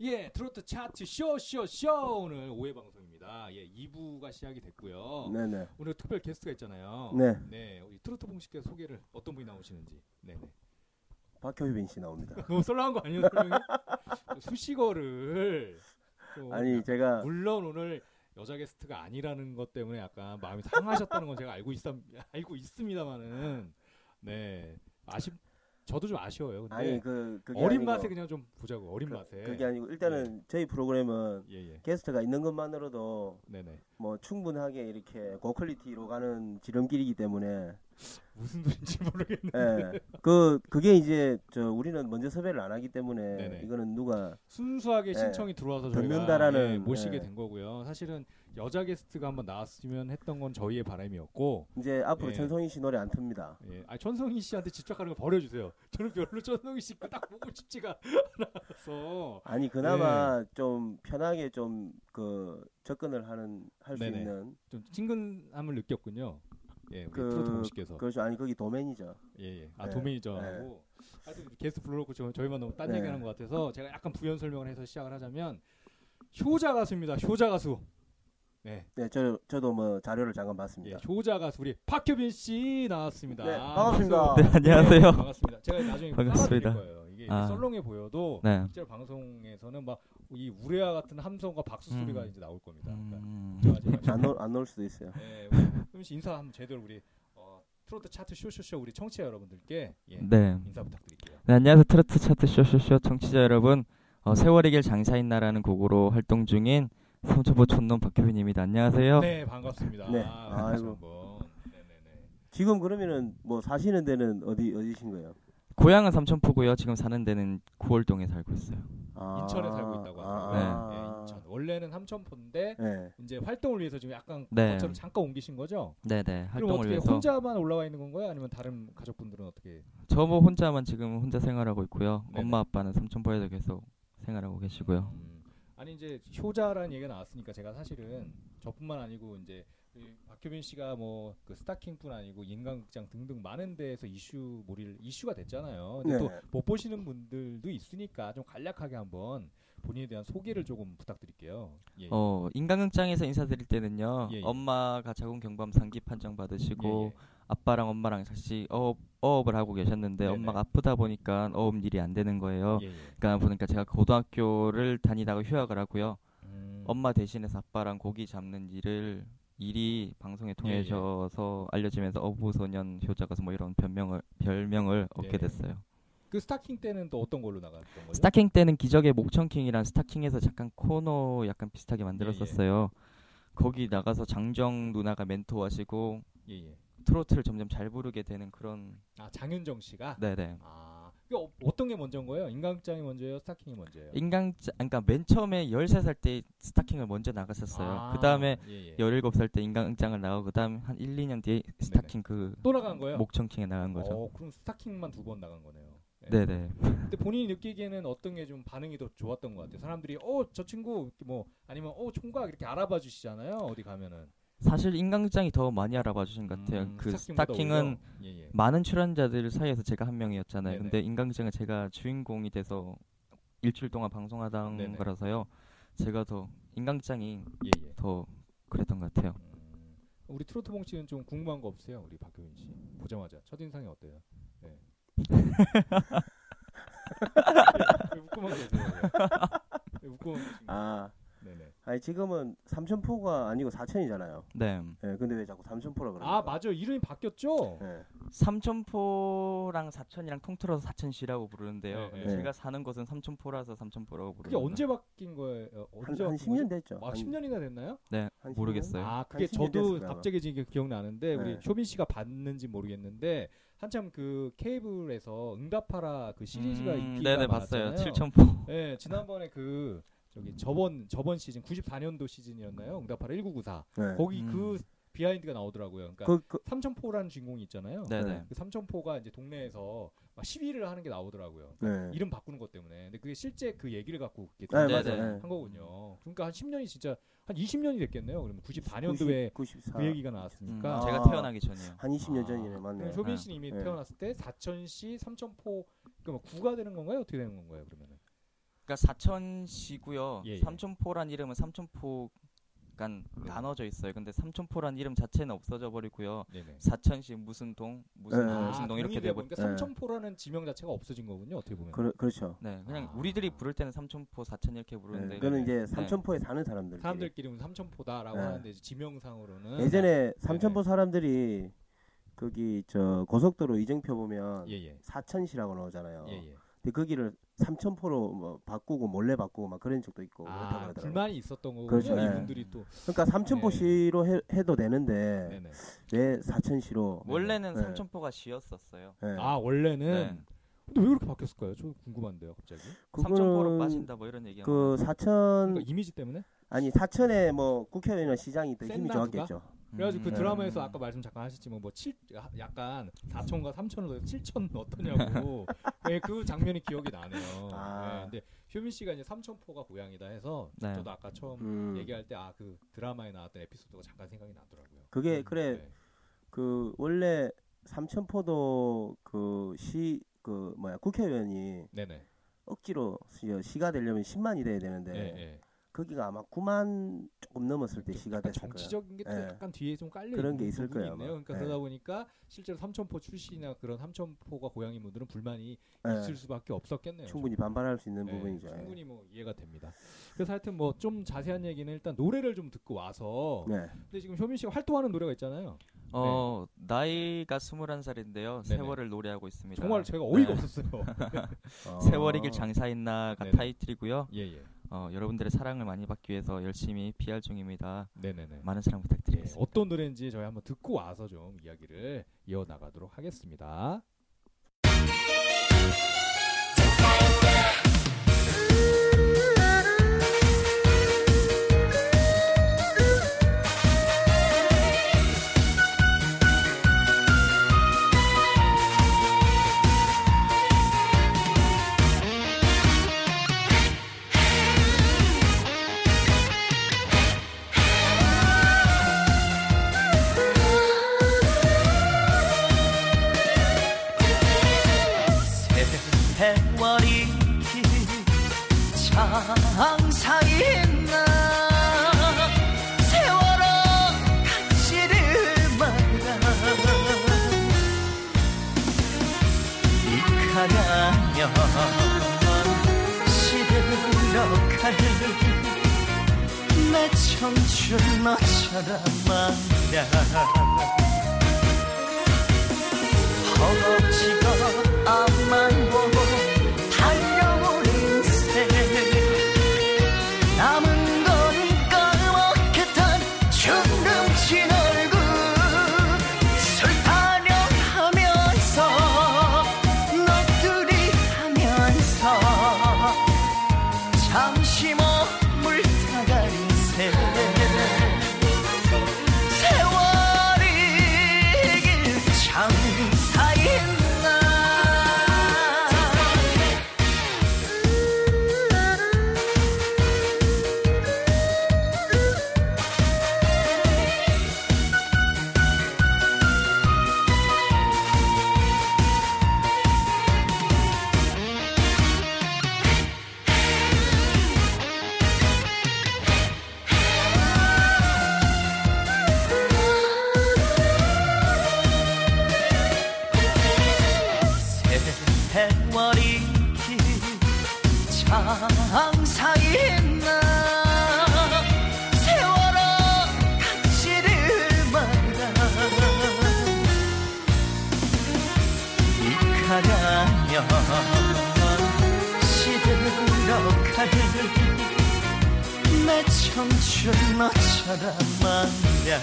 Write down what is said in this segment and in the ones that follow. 예, 트로트 차트 쇼쇼쇼 오늘 5회 방송입니다. 예, 2부가 시작이 됐고요. 네네. 오늘 특별 게스트가 있잖아요. 네. 네, 우리 트로트 봉식께 소개를 어떤 분이 나오시는지. 네, 네. 박효빈 씨 나옵니다. 너무 썰렁한 거 아니에요, 설명이? 수식어를 좀 아니 제가 물론 오늘 여자 게스트가 아니라는 것 때문에 약간 마음이 상하셨다는 건 제가 알고 있 알고 있습니다만은 네 아쉽 저도 좀 아쉬워요. 근데 아니 그 그게 어린 아니고, 맛에 그냥 예. 좀 보자고 어린 맛에 그게 아니고 일단은 저희 프로그램은 예예 게스트가 있는 것만으로도 네네 뭐 충분하게 이렇게 고퀄리티로 가는 지름길이기 때문에 무슨 소린지 모르겠네. 예. 그 그게 이제 저 우리는 먼저 섭외를 안 하기 때문에 네네. 이거는 누가 순수하게 예. 신청이 들어와서 저희가 듣는다라는, 예, 모시게 예. 된 거고요. 사실은 여자 게스트가 한번 나왔으면 했던 건 저희의 바람이었고 이제 앞으로 예. 천성희 씨 노래 안 틉니다. 예. 아 천성희 씨한테 집착하는 거 버려주세요. 저는 별로 천성희 씨 딱 보고 싶지가 않아서 아니 예. 그나마 좀 편하게 좀 그 접근을 하는 할 수 네네. 있는 좀 친근함을 느꼈군요. 예, 우리 그- 트로트 공식께서 그것이 아니 거기 도맨이죠. 예, 예. 아 네, 도메이저하고 하여튼 게스트 불러놓고 저, 저희만 너무 딴 네. 얘기하는 것 같아서 제가 약간 부연 설명을 해서 시작을 하자면 효자 가수입니다. 효자 가수. 네, 네, 저 저도 뭐 자료를 잠깐 예, 봤습니다. 효자 가수 우리 박효빈 씨 나왔습니다. 네, 아, 반갑습니다. 박수. 네, 안녕하세요. 네, 반갑습니다. 제가 나중에 반갑습니다. 반갑습니다. 거예요. 이게 아. 썰렁해 보여도 네. 실제로 방송에서는 막 이 우레와 같은 함성과 박수 음. 소리가 이제 나올 겁니다. 그러니까 음. 걱정하지 마시고. 안올 수도 있어요. 예, 우리 그럼 씨 인사 한번 제대로 우리 어, 트로트 차트 쇼쇼쇼 우리 청취자 여러분들께 예, 네. 인사 부탁드릴게요. 네, 안녕하세요. 트로트 차트 쇼쇼쇼 청취자 여러분. 어, 세월의 길 장사인 나라는 곡으로 활동 중인 삼초보 촌놈 박효빈입니다. 안녕하세요. 네 반갑습니다. 네. 아, 아이고. 한번. 네네네. 지금 그러면은 뭐 사시는 데는 어디 어디신 거예요? 고향은 삼천포고요. 지금 사는 데는 구월동에 살고 있어요. 아, 인천에 살고 있다고 아. 하더라고요. 예, 인천. 원래는 삼천포인데 네. 네. 이제 활동을 위해서 지금 약간 네. 저처럼 잠깐 옮기신 거죠? 네, 네. 그럼 활동을 어떻게 위해서 혼자만 올라와 있는 건가요? 아니면 다른 가족분들은 어떻게? 저 뭐 혼자만 지금 혼자 생활하고 있고요. 네네. 엄마 아빠는 삼천포에서 계속 생활하고 계시고요. 음, 아니 이제 효자라는 얘기가 나왔으니까 제가 사실은 저뿐만 아니고 이제 이 박효빈 씨가 뭐 그 스타킹뿐 아니고 인간극장 등등 많은 데에서 이슈 몰이를 이슈가 됐잖아요. 근데 네. 또 못 보시는 분들도 있으니까 좀 간략하게 한번 본인에 대한 소개를 조금 부탁드릴게요. 예. 어, 인간극장에서 인사드릴 때는요. 예, 예. 엄마가 자궁 경감 상기 판정 예, 받으시고 예. 아빠랑 엄마랑 같이 어업, 어업을 하고 계셨는데 네네. 엄마가 아프다 보니까 어업 일이 안 되는 거예요. 예, 예. 그러니까 보니까 제가 고등학교를 다니다가 휴학을 하고요. 음, 엄마 대신해서 아빠랑 고기 잡는 일을 일이 방송에 통해서 알려지면서 어부소년 효자 가수 뭐 이런 변명을 별명을 얻게 네네. 됐어요. 그 스타킹 때는 또 어떤 걸로 나갔던 거죠? 스타킹 때는 기적의 목청킹이란 스타킹에서 잠깐 코너 약간 비슷하게 만들었었어요. 거기 나가서 장정 누나가 멘토하시고 예, 예. 트로트를 점점 잘 부르게 되는 그런 아 장윤정 씨가 네네. 아, 그 어, 어떤 게 먼저인 거예요? 인간극장이 먼저예요? 스타킹이 먼저예요? 인간 그러니까 맨 처음에 13살 때 스타킹을 먼저 나갔었어요. 아, 그다음에 예, 예. 17살 때 인간극장을 나가고 그다음 한 1, 2년 뒤에 스타킹 그 또 나간 거예요? 목청킹에 나간 거죠. 어, 그럼 스타킹만 두 번 나간 거네요. 예. 네, 네. 근데 본인이 느끼기에는 어떤 게 좀 반응이 더 좋았던 것 같아요. 사람들이 어 저 친구 이렇게 뭐 아니면 어 총각 이렇게 알아봐 주시잖아요. 어디 가면은 사실 인간극장이 더 많이 알아봐 주신 것 같아요. 음, 그 스타킹보다 스타킹은 오히려- 예, 예. 많은 출연자들 사이에서 제가 한 명이었잖아요. 네네. 근데 인간극장은 제가 주인공이 돼서 일주일 동안 방송하던 네네. 거라서요. 제가 더 인간극장이 예, 예. 더 그랬던 것 같아요. 음, 우리 트로트 봉씨는 좀 궁금한 거 없어요? 우리 박효민 씨 보자마자 첫 인상이 어때요? 예. 예, 웃고만 계세요. 예, 웃고만 계십니다. 아, 네네. 아니 지금은 삼천포가 아니고 사천이잖아요. 네. 예. 근데 왜 자꾸 삼천포라 그러는 아 맞아 이름이 바뀌었죠? 예. 삼천포랑 사천이랑 통틀어서 사천시라고 부르는데요. 네, 근데 네. 제가 사는 곳은 삼천포라서 삼천포라고 부르는. 그게 언제 바뀐 거예요? 어, 한, 언제 한 바뀐 거죠? 10년 됐죠. 아, 10년이나 됐나요? 네, 한 10년? 모르겠어요. 아, 그게 10년 저도 됐을까, 아마. 갑자기 지금 기억나는데 우리 네. 쇼빈 씨가 봤는지 모르겠는데 한참 그 케이블에서 응답하라 그 시리즈가 음, 인기가 네네 많았잖아요. 봤어요. 칠천포. 네, 지난번에 그 저기 저번 저번 시즌 94년도 시즌이었나요? 응답하라 1994. 예. 거기 음. 그 비하인드가 나오더라고요. 그러니까 그, 그 삼천포라는 주인공이 있잖아요. 네네. 그 삼천포가 이제 동네에서 막 시위를 하는 게 나오더라고요. 네. 이름 바꾸는 것 때문에. 근데 그게 실제 그 얘기를 갖고 이렇게 네, 네네. 맞아요. 예. 한 거군요. 그러니까 한 10년이 진짜 한 20년이 됐겠네요. 그러면 94년도에 94. 그 얘기가 아, 음, 나왔으니까 제가 아. 태어나기 전이에요. 한 20년 전이네, 맞네요. 그럼 쇼빈 네. 씨는 이미 네. 태어났을 때 사천시 삼천포 그러니까 뭐 구가 되는 건가요? 어떻게 되는 건가요? 그러면은 그러니까 사천시고요. 예, 예. 삼천포란 이름은 삼천포 간 네. 나눠져 있어요. 근데 삼천포란 이름 자체는 없어져 버리고요. 네네. 사천시 무슨 동 네. 무슨 동 아, 무슨 동 이렇게 되 되고 보니까 네. 삼천포라는 지명 자체가 없어진 거군요. 어떻게 보면. 그, 그렇죠. 네 그냥 아. 우리들이 부를 때는 삼천포 사천 이렇게 네, 부르는데 그거는 네. 이제 삼천포에 사는 사람들. 사람들끼리는 삼천포다라고 네. 하는데 이제 지명상으로는 예전에 삼천포 사람들이 거기 저 고속도로 이정표 보면 아, 예예 사천시라고 나오잖아요. 예예. 근데 거기를 삼천포로 뭐 바꾸고 몰래 바꾸고 막 그런 적도 있고 어, 아 그렇다고 하더라고요. 불만이 있었던 거군요. 그렇죠. 네. 이분들이 또 그러니까 삼천포시로 해, 도 되는데 네네. 뭐, 왜 사천시로? 원래는 네. 삼천포가 시였었어요. 네. 아 원래는 네. 근데 왜 그렇게 바뀌었을까요? 저 궁금한데요, 갑자기. 삼천포로 그거는 빠진다 뭐 이런 얘기 하면 그 사천 그러니까 이미지 때문에? 아니 사천에 뭐 국회의원이나 시장이 더 힘이 센나 누가? 좋았겠죠. 그래가지고 그 음. 네. 드라마에서 아까 말씀 잠깐 하셨지만 뭐칠 약간 4천과 3천을 넣어서 7천 어떠냐고 네, 그 장면이 기억이 나네요. 아. 네, 근데 효민 씨가 이제 3천포가 고향이다 해서 네. 저도 아까 처음 음. 얘기할 때 아 그 드라마에 나왔던 에피소드가 잠깐 생각이 나더라고요. 그게 그래 네. 그 원래 삼천포도 그 시 그 뭐야 국회의원이 네네. 억지로 시- 시가 되려면 10만이 돼야 되는데 네. 네. 거기가 아마 9만 조금 넘었을 좀때 네, 시가 약간 됐을 거예요. 정치적인 게또 예. 약간 뒤에 좀 깔려 그런 있는 게 있을 부분이 거예요, 아마. 있네요. 그러니까 예. 그러다 보니까 실제로 삼천포 출신이나 그런 삼천포가 고향인 분들은 불만이 예. 있을 수밖에 없었겠네요. 충분히 반발할 수 있는 네, 부분이죠. 예. 충분히 뭐 이해가 됩니다. 그래서 하여튼 뭐 좀 자세한 얘기는 일단 노래를 좀 듣고 와서 네. 근데 지금 효민 씨가 활동하는 노래가 있잖아요. 어 나이가 스물한 살인데요. 네. 네네. 세월을 노래하고 있습니다. 정말 제가 어이가 네. 없었어요. 뭐 어. 세월이길 장사있나가 네네. 타이틀이고요. 예예. 어, 여러분들의 사랑을 많이 받기 위해서 열심히 PR 중입니다. 네네네. 많은 사랑 예, 부탁드리겠습니다. 어떤 노래인지 저희 한번 듣고 와서 좀 이야기를 이어 나가도록 하겠습니다. 세월이 장상이 있나 세월아 가지를 마라 이카라면 시들럭할 내 청춘 너처럼 만나 허겁지겁 앞만 보고 달려온 인생 남은 건 까맣게탄 중금친 얼굴 술타령하면서 넋두리 하면서 잠시 머물다가 인생 세월이 길 장사인나 세월이 장사인나 세월아 가지를 마라 이카라면 시들럭할 내 청춘 너처럼 만나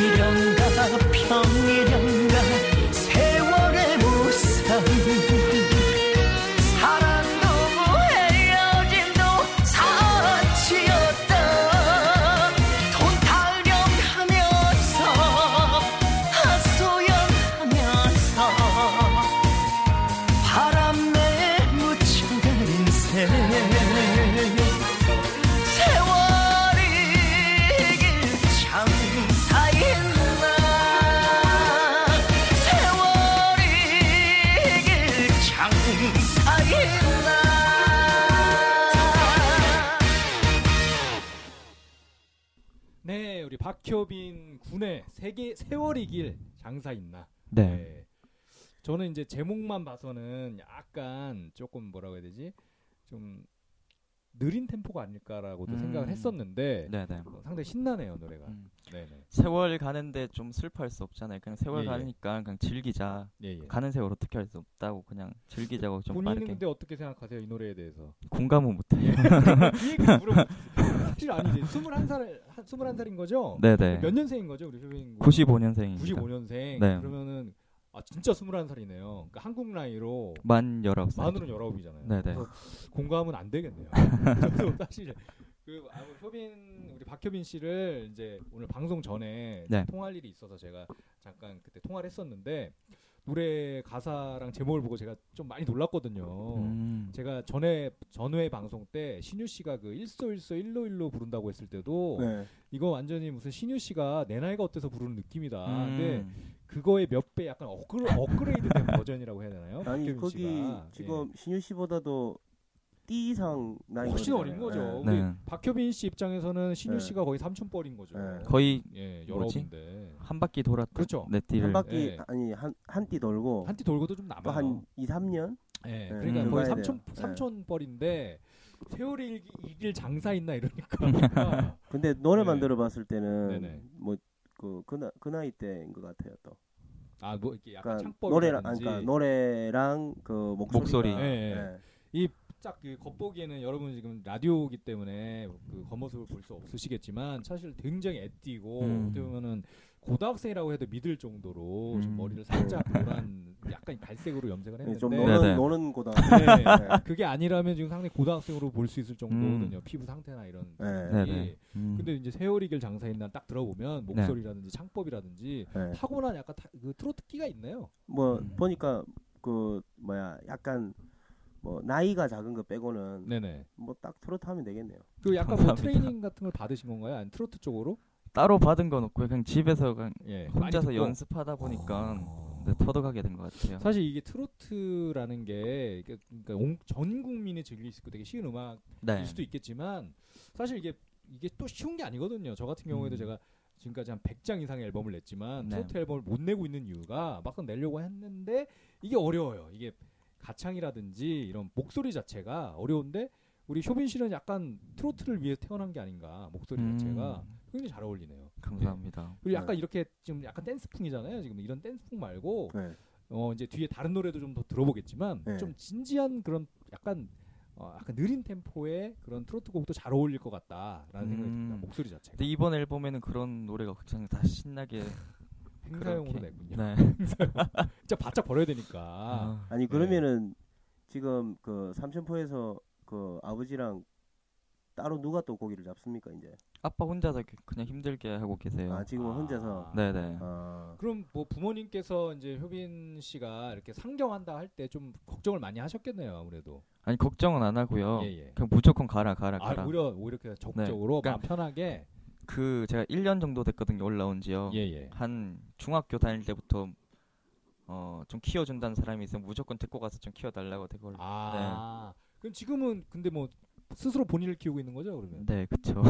약이련가 평이련가 세월의 무쌍 사랑도 헤어짐도 사치였다 돈 타령하면서 하소연하면서 바람에 묻혀간 인생 세월이 길 장사인나 사이나 네, 우리 박효빈 군의 세계 세월이 길 장사 있나. 예. 네. 저는 이제 제목만 봐서는 약간 조금 뭐라고 해야 되지? 좀 느린 템포가 아닐까라고도 음. 생각을 했었는데 네, 네. 어, 상당히 신나네요 노래가. 음. 네네. 세월 가는데 좀 슬퍼할 수 없잖아요. 그냥 세월 예, 예. 가니까 그냥 즐기자. 예, 예. 가는 세월 어떻게 할 수 없다고 그냥 즐기자고 좀 본인은 빠르게 근데 어떻게 생각하세요 이 노래에 대해서? 공감은 못해요. 이 얘기 물어보. 사실 아니지. 21살 21살인 거죠? 네네. 몇 년생인 거죠 우리 효빈 군? 95년생입니다. 95년생. 네. 그러면은 아 진짜 21살이네요. 그러니까 한국 나이로 만 19살. 만으로 19이잖아요. 네. 네네. 공감은 안 되겠네요. 저도 사실 그 아, 우리 효빈 우리 박효빈 씨를 이제 오늘 방송 전에 네. 통할 일이 있어서 제가 잠깐 그때 통화를 했었는데 노래 가사랑 제목을 보고 제가 좀 많이 놀랐거든요. 음. 제가 전에 전회 방송 때 신유 씨가 그 일소일소 일로일로 부른다고 했을 때도 네. 이거 완전히 무슨 신유 씨가 내 나이가 어때서 부르는 느낌이다. 근데 음. 그거의 몇 배 약간 업그레, 업그레이드된 버전이라고 해야 되나요? 아니 어, 박효빈 거기 씨가. 예. 지금 신유 씨보다도 띠 이상 나이 훨씬 어린 거죠. 네. 우리 네. 박효빈 씨 입장에서는 신유 네. 씨가 거의 삼촌뻘인 거죠. 네. 거의 예, 뭐지? 여러분인데 한 바퀴 돌았다. 그렇죠. 네, 한 띠를. 바퀴 예. 아니 한한띠 돌고 한 띠 돌고도 좀 남아요. 또 한 2, 3년 예, 예, 그러니까 음. 거의 들어가야 삼촌 돼요. 예. 삼촌뻘인데 세월이 일- 이길 장사 있나 이러니까 근데 노래만 네. 들어봤을 네네. 때는 뭐그 그, 나- 그 나이 때인 것 같아요 또. 아뭐 이렇게 약간 그러니까 창법이 노래랑 아니, 그러니까 노래랑 그 목소리. 목소리 예, 예. 짝그 겉보기에는 여러분 지금 라디오기 때문에 그 겉모습을 볼 수 없으시겠지만 사실 굉장히 애띠고 음. 어떻게 보면은 고등학생이라고 해도 믿을 정도로 지금 음. 머리를 살짝 노란 약간 갈색으로 염색을 했는데 좀 네, 노는 네. 노는 고등 네. 네. 그게 아니라면 지금 상당히 고등학생으로 볼 수 있을 정도거든요 피부 상태나 이런 네. 부분이. 음. 네, 네. 음. 네. 근데 이제 세월이길 장사인 날 딱 들어보면 목소리라든지 창법이라든지 네. 타고난 약간 타- 그 트로트 끼가 있네요 뭐 음. 보니까 그 뭐야 약간 뭐 나이가 작은 거 빼고는 네네 뭐 딱 트로트 하면 되겠네요. 그 약간 뭐 감사합니다. 트레이닝 같은 걸 받으신 건가요 아니 트로트 쪽으로 따로 받은 건 없고요. 그냥 집에서 그냥 예 많이 혼자서 듣고. 아. 연습하다 보니까 네, 터득하게 된 것 같아요. 사실 이게 트로트라는 게 이게 그러니까 온- 전 국민이 즐길 수 있고 되게 쉬운 음악일 네. 수도 있겠지만 사실 이게 이게 또 쉬운 게 아니거든요. 저 같은 경우에도 음. 제가 지금까지 한 100장 이상의 앨범을 냈지만 네. 트로트 앨범을 못 내고 있는 이유가 막상 내려고 했는데 이게 어려워요. 이게 가창이라든지 이런 목소리 자체가 어려운데 우리 효빈 씨는 약간 트로트를 위해 태어난 게 아닌가 목소리 음. 네. 자체가 굉장히 잘 어울리네요. 감사합니다. 그리고 약간 이렇게 지금 약간 댄스풍이잖아요. 지금 이런 댄스풍 말고 네. 어 이제 뒤에 다른 노래도 좀 더 들어보겠지만 네. 좀 진지한 그런 약간 어 약간 느린 템포의 그런 트로트 곡도 잘 어울릴 것 같다라는 생각이 음. 듭니다. 목소리 자체가 근데 이번 앨범에는 그런 노래가 굉장히 다 신나게 행사용으로 그렇게. 냈군요. 네. 진짜 바짝 버려야 되니까. 아. 아니 그러면은 지금 그 삼천포에서 그 아버지랑 따로 누가 또 고기를 잡습니까 이제? 아빠 혼자서 이렇게 그냥 힘들게 하고 계세요. 아 지금은 혼자서. 네. 네네. 아. 그럼 뭐 부모님께서 이제 효빈 씨가 이렇게 상경한다 할 때 좀 걱정을 많이 하셨겠네요 아무래도. 아니 걱정은 안 하고요. 예예. 그냥 무조건 가라 가라 가라. 아, 오히려 오히려 그냥 적극적으로 그러니까- 마음 편하게 그 제가 1년 정도 됐거든요 올라온 지요. 예예. 한 중학교 다닐 때부터 어 좀 키워준다는 사람이 있으면 무조건 데리고 가서 좀 키워달라고 되고. 아 그럼 지금은 근데 뭐 스스로 본인을 키우고 있는 거죠 그러면? 네 그쵸.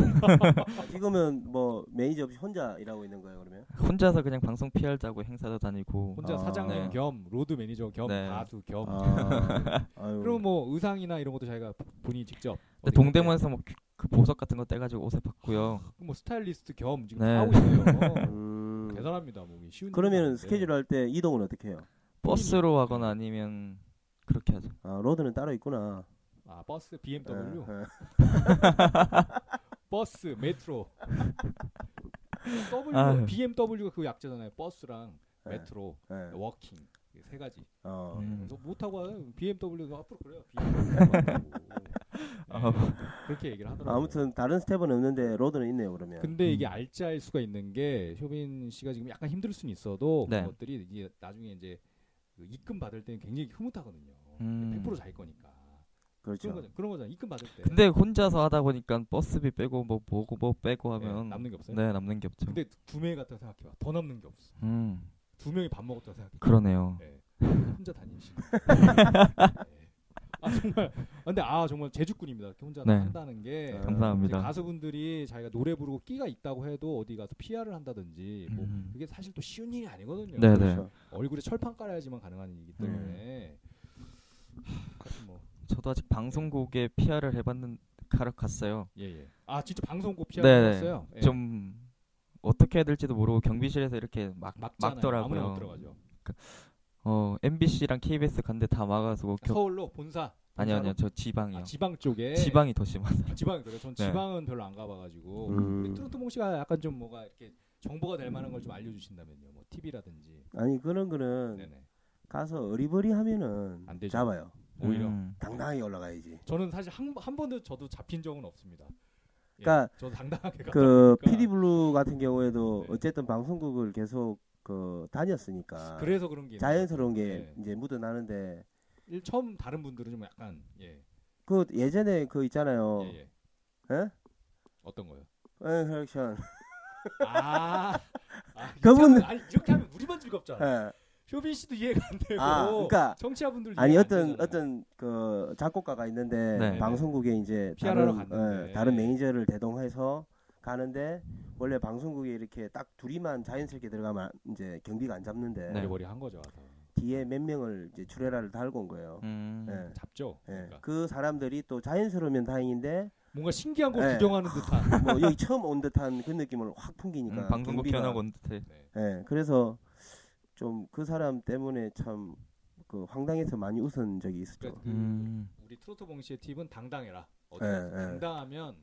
지금은 뭐 매니저 없이 혼자 일하고 있는 거예요 그러면? 혼자서 그냥 방송 PR자고 행사도 다니고. 혼자 아, 사장님 네. 겸 로드 매니저 겸 네. 가수 겸 아, 아유. 어. 그럼 뭐 의상이나 이런 것도 자기가 본인이 직접 근데 어디 동대문에서 뭐 그 보석 같은 거 떼가지고 옷에 봤고요. 갔다 뭐 스타일리스트 겸 지금 네. 다 하고 있어요 음. 대단합니다 몸이 쉬운 그러면은 일이 아닌데. 스케줄 할 때 이동은 어떻게 해요? 네. 버스로 하거나 아니면 그렇게 하죠. 아 로드는 따로 있구나. 아 버스 BMW 예, 예. 버스 메트로 W 아유. BMW가 그 약자잖아요 버스랑 예, 메트로 예. 워킹 이세 가지 어. 음. 그래서 못 타고 와요 BMW도 앞으로 그래요 BMW 아우. 네. 그렇게 얘기를 하더라고요 아무튼 다른 스텝은 없는데 로드는 있네요 그러면. 근데 이게 음. 알짜일 수가 있는 게 효빈 씨가 지금 약간 힘들 수는 있어도 네. 그것들이 이게 나중에 이제 그 입금 받을 때는 굉장히 흐뭇하거든요. 음. 100% 자기 거니까. 그런 그렇죠. 거잖아. 그런 거잖아. 입금 받을 때 근데 혼자서 하다 보니까 버스비 빼고 뭐 뭐고 뭐 빼고 예, 하면 남는 게 없어요. 네 남는 게 없죠. 근데 구매 같다 고 생각해 봐. 더 남는 게 없어. 음 두 명이 밥 먹었다 고 생각해. 봐. 그러네요. 예. 혼자 다니시. 네. 정말 근데 아 정말 재주꾼입니다. 이렇게 혼자 네. 한다는 게 네. 이제 감사합니다. 가수분들이 자기가 노래 부르고 끼가 있다고 해도 어디 가서 PR을 한다든지 뭐 음. 그게 사실 또 쉬운 일이 아니거든요. 네, 음. 네. 그렇죠. 얼굴에 철판 깔아야지만 가능한 일이기 때문에 하, 하여튼 뭐 저도 아직 방송국에 PR을 해봤는 가러 갔어요. 예예. 아 진짜 방송국 PR 네네. 했어요. 예. 좀 어떻게 해야 될지도 모르고 경비실에서 이렇게 막 막잖아요. 아무나 못 막더라고요. 들어가죠. 어 MBC랑 KBS 간데 다 막아서 겨... 서울로 본사. 아니요 본사로? 아니요 저 지방이요. 아, 지방 쪽에 지방이 더 심한. 아, 지방이 그래요. 전 네. 지방은 별로 안 가봐가지고 음. 트로트몽 씨가 약간 좀 뭐가 이렇게 정보가 될 만한 걸 좀 알려주신다면요. 뭐 팁이라든지. 아니 그런 거는 네네. 가서 어리버리 하면은 안 되죠. 잡아요. 오히려 음. 당당하게 올라가야지. 저는 사실 한, 한 번도 저도 잡힌 적은 없습니다. 예, 그러니까 저도 당당하게 가다 그 보니까 그러니까. PD 블루 같은 경우에도 네. 어쨌든 방송국을 계속 그 다녔으니까 그래서 그런 게 있는 자연스러운 것 게 같아요. 예. 이제 묻어나는데 일- 처음 다른 분들은 좀 약간 예, 그 예전에 그 있잖아요. 예, 예. 에? 어떤 거요? 에, 그렉션. 아, 아 그분- 이렇게 하면- 아니 이렇게 하면 우리만 즐겁잖아. 예. 쇼빈 씨도 이해가 안 되고 아, 그러니까 청취자분들 아니 어떤 어떤 그 작곡가가 있는데 네. 방송국에 이제 피아라로 다른 갔는데. 네. 예, 다른 매니저를 대동해서 가는데 원래 방송국에 이렇게 딱 둘이만 자연스럽게 들어가면 이제 경비가 안 잡는데 네. 머리 한 거죠. 아, 다. 뒤에 몇 명을 이제 출애라를 달고 온 거예요. 음. 네. 예. 잡죠. 예. 그러니까 그 사람들이 또 자연스러우면 다행인데 뭔가 신기한 걸 네. 구경하는 듯한. 뭐 여기 처음 온 듯한 그 느낌을 확 풍기니까 음, 방송국 경비가- 견학 온 듯해. 네. 예, 그래서 좀 그 사람 때문에 참 그 황당해서 많이 웃은 적이 있었죠. 그러니까 그 음. 우리 트로트 봉씨의 팁은 당당해라. 어디 예, 가서 예. 당당하면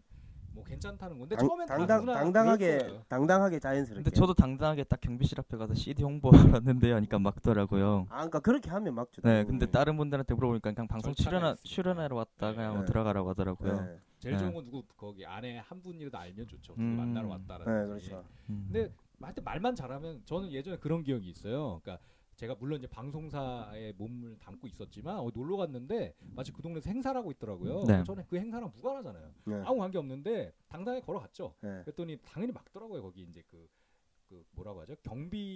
뭐 괜찮다는 건데 당, 처음엔 다 당당, 누구나 당당하게 그럴 거예요. 당당하게 자연스럽게. 근데 저도 당당하게 딱 경비실 앞에 가서 CD 홍보하는데 하니까 막더라고요. 아, 그러니까 그렇게 하면 막죠. 네, 당연히. 근데 다른 분들한테 물어보니까 그냥 방송 절차가 출연하, 있으니까. 출연하러 왔다 그냥 네. 들어가라고 하더라고요. 예, 제일 네. 좋은 건 누구 거기 안에 한 분이라도 알면 좋죠. 누구 음. 만나러 예, 왔다라는. 그렇죠. 음. 근데 하여튼 말만 잘하면 저는 예전에 그런 기억이 있어요. 그러니까 제가 물론 이제 방송사에 몸을 담고 있었지만 어, 놀러 갔는데 마치 그 동네에서 행사를 하고 있더라고요. 네. 저는 그 행사랑 무관하잖아요. 예, 네. 아무 관계 없는데 당당히 걸어갔죠. 예. 그랬더니 당연히 막더라고요 거기 이제 그, 그 뭐라고 하죠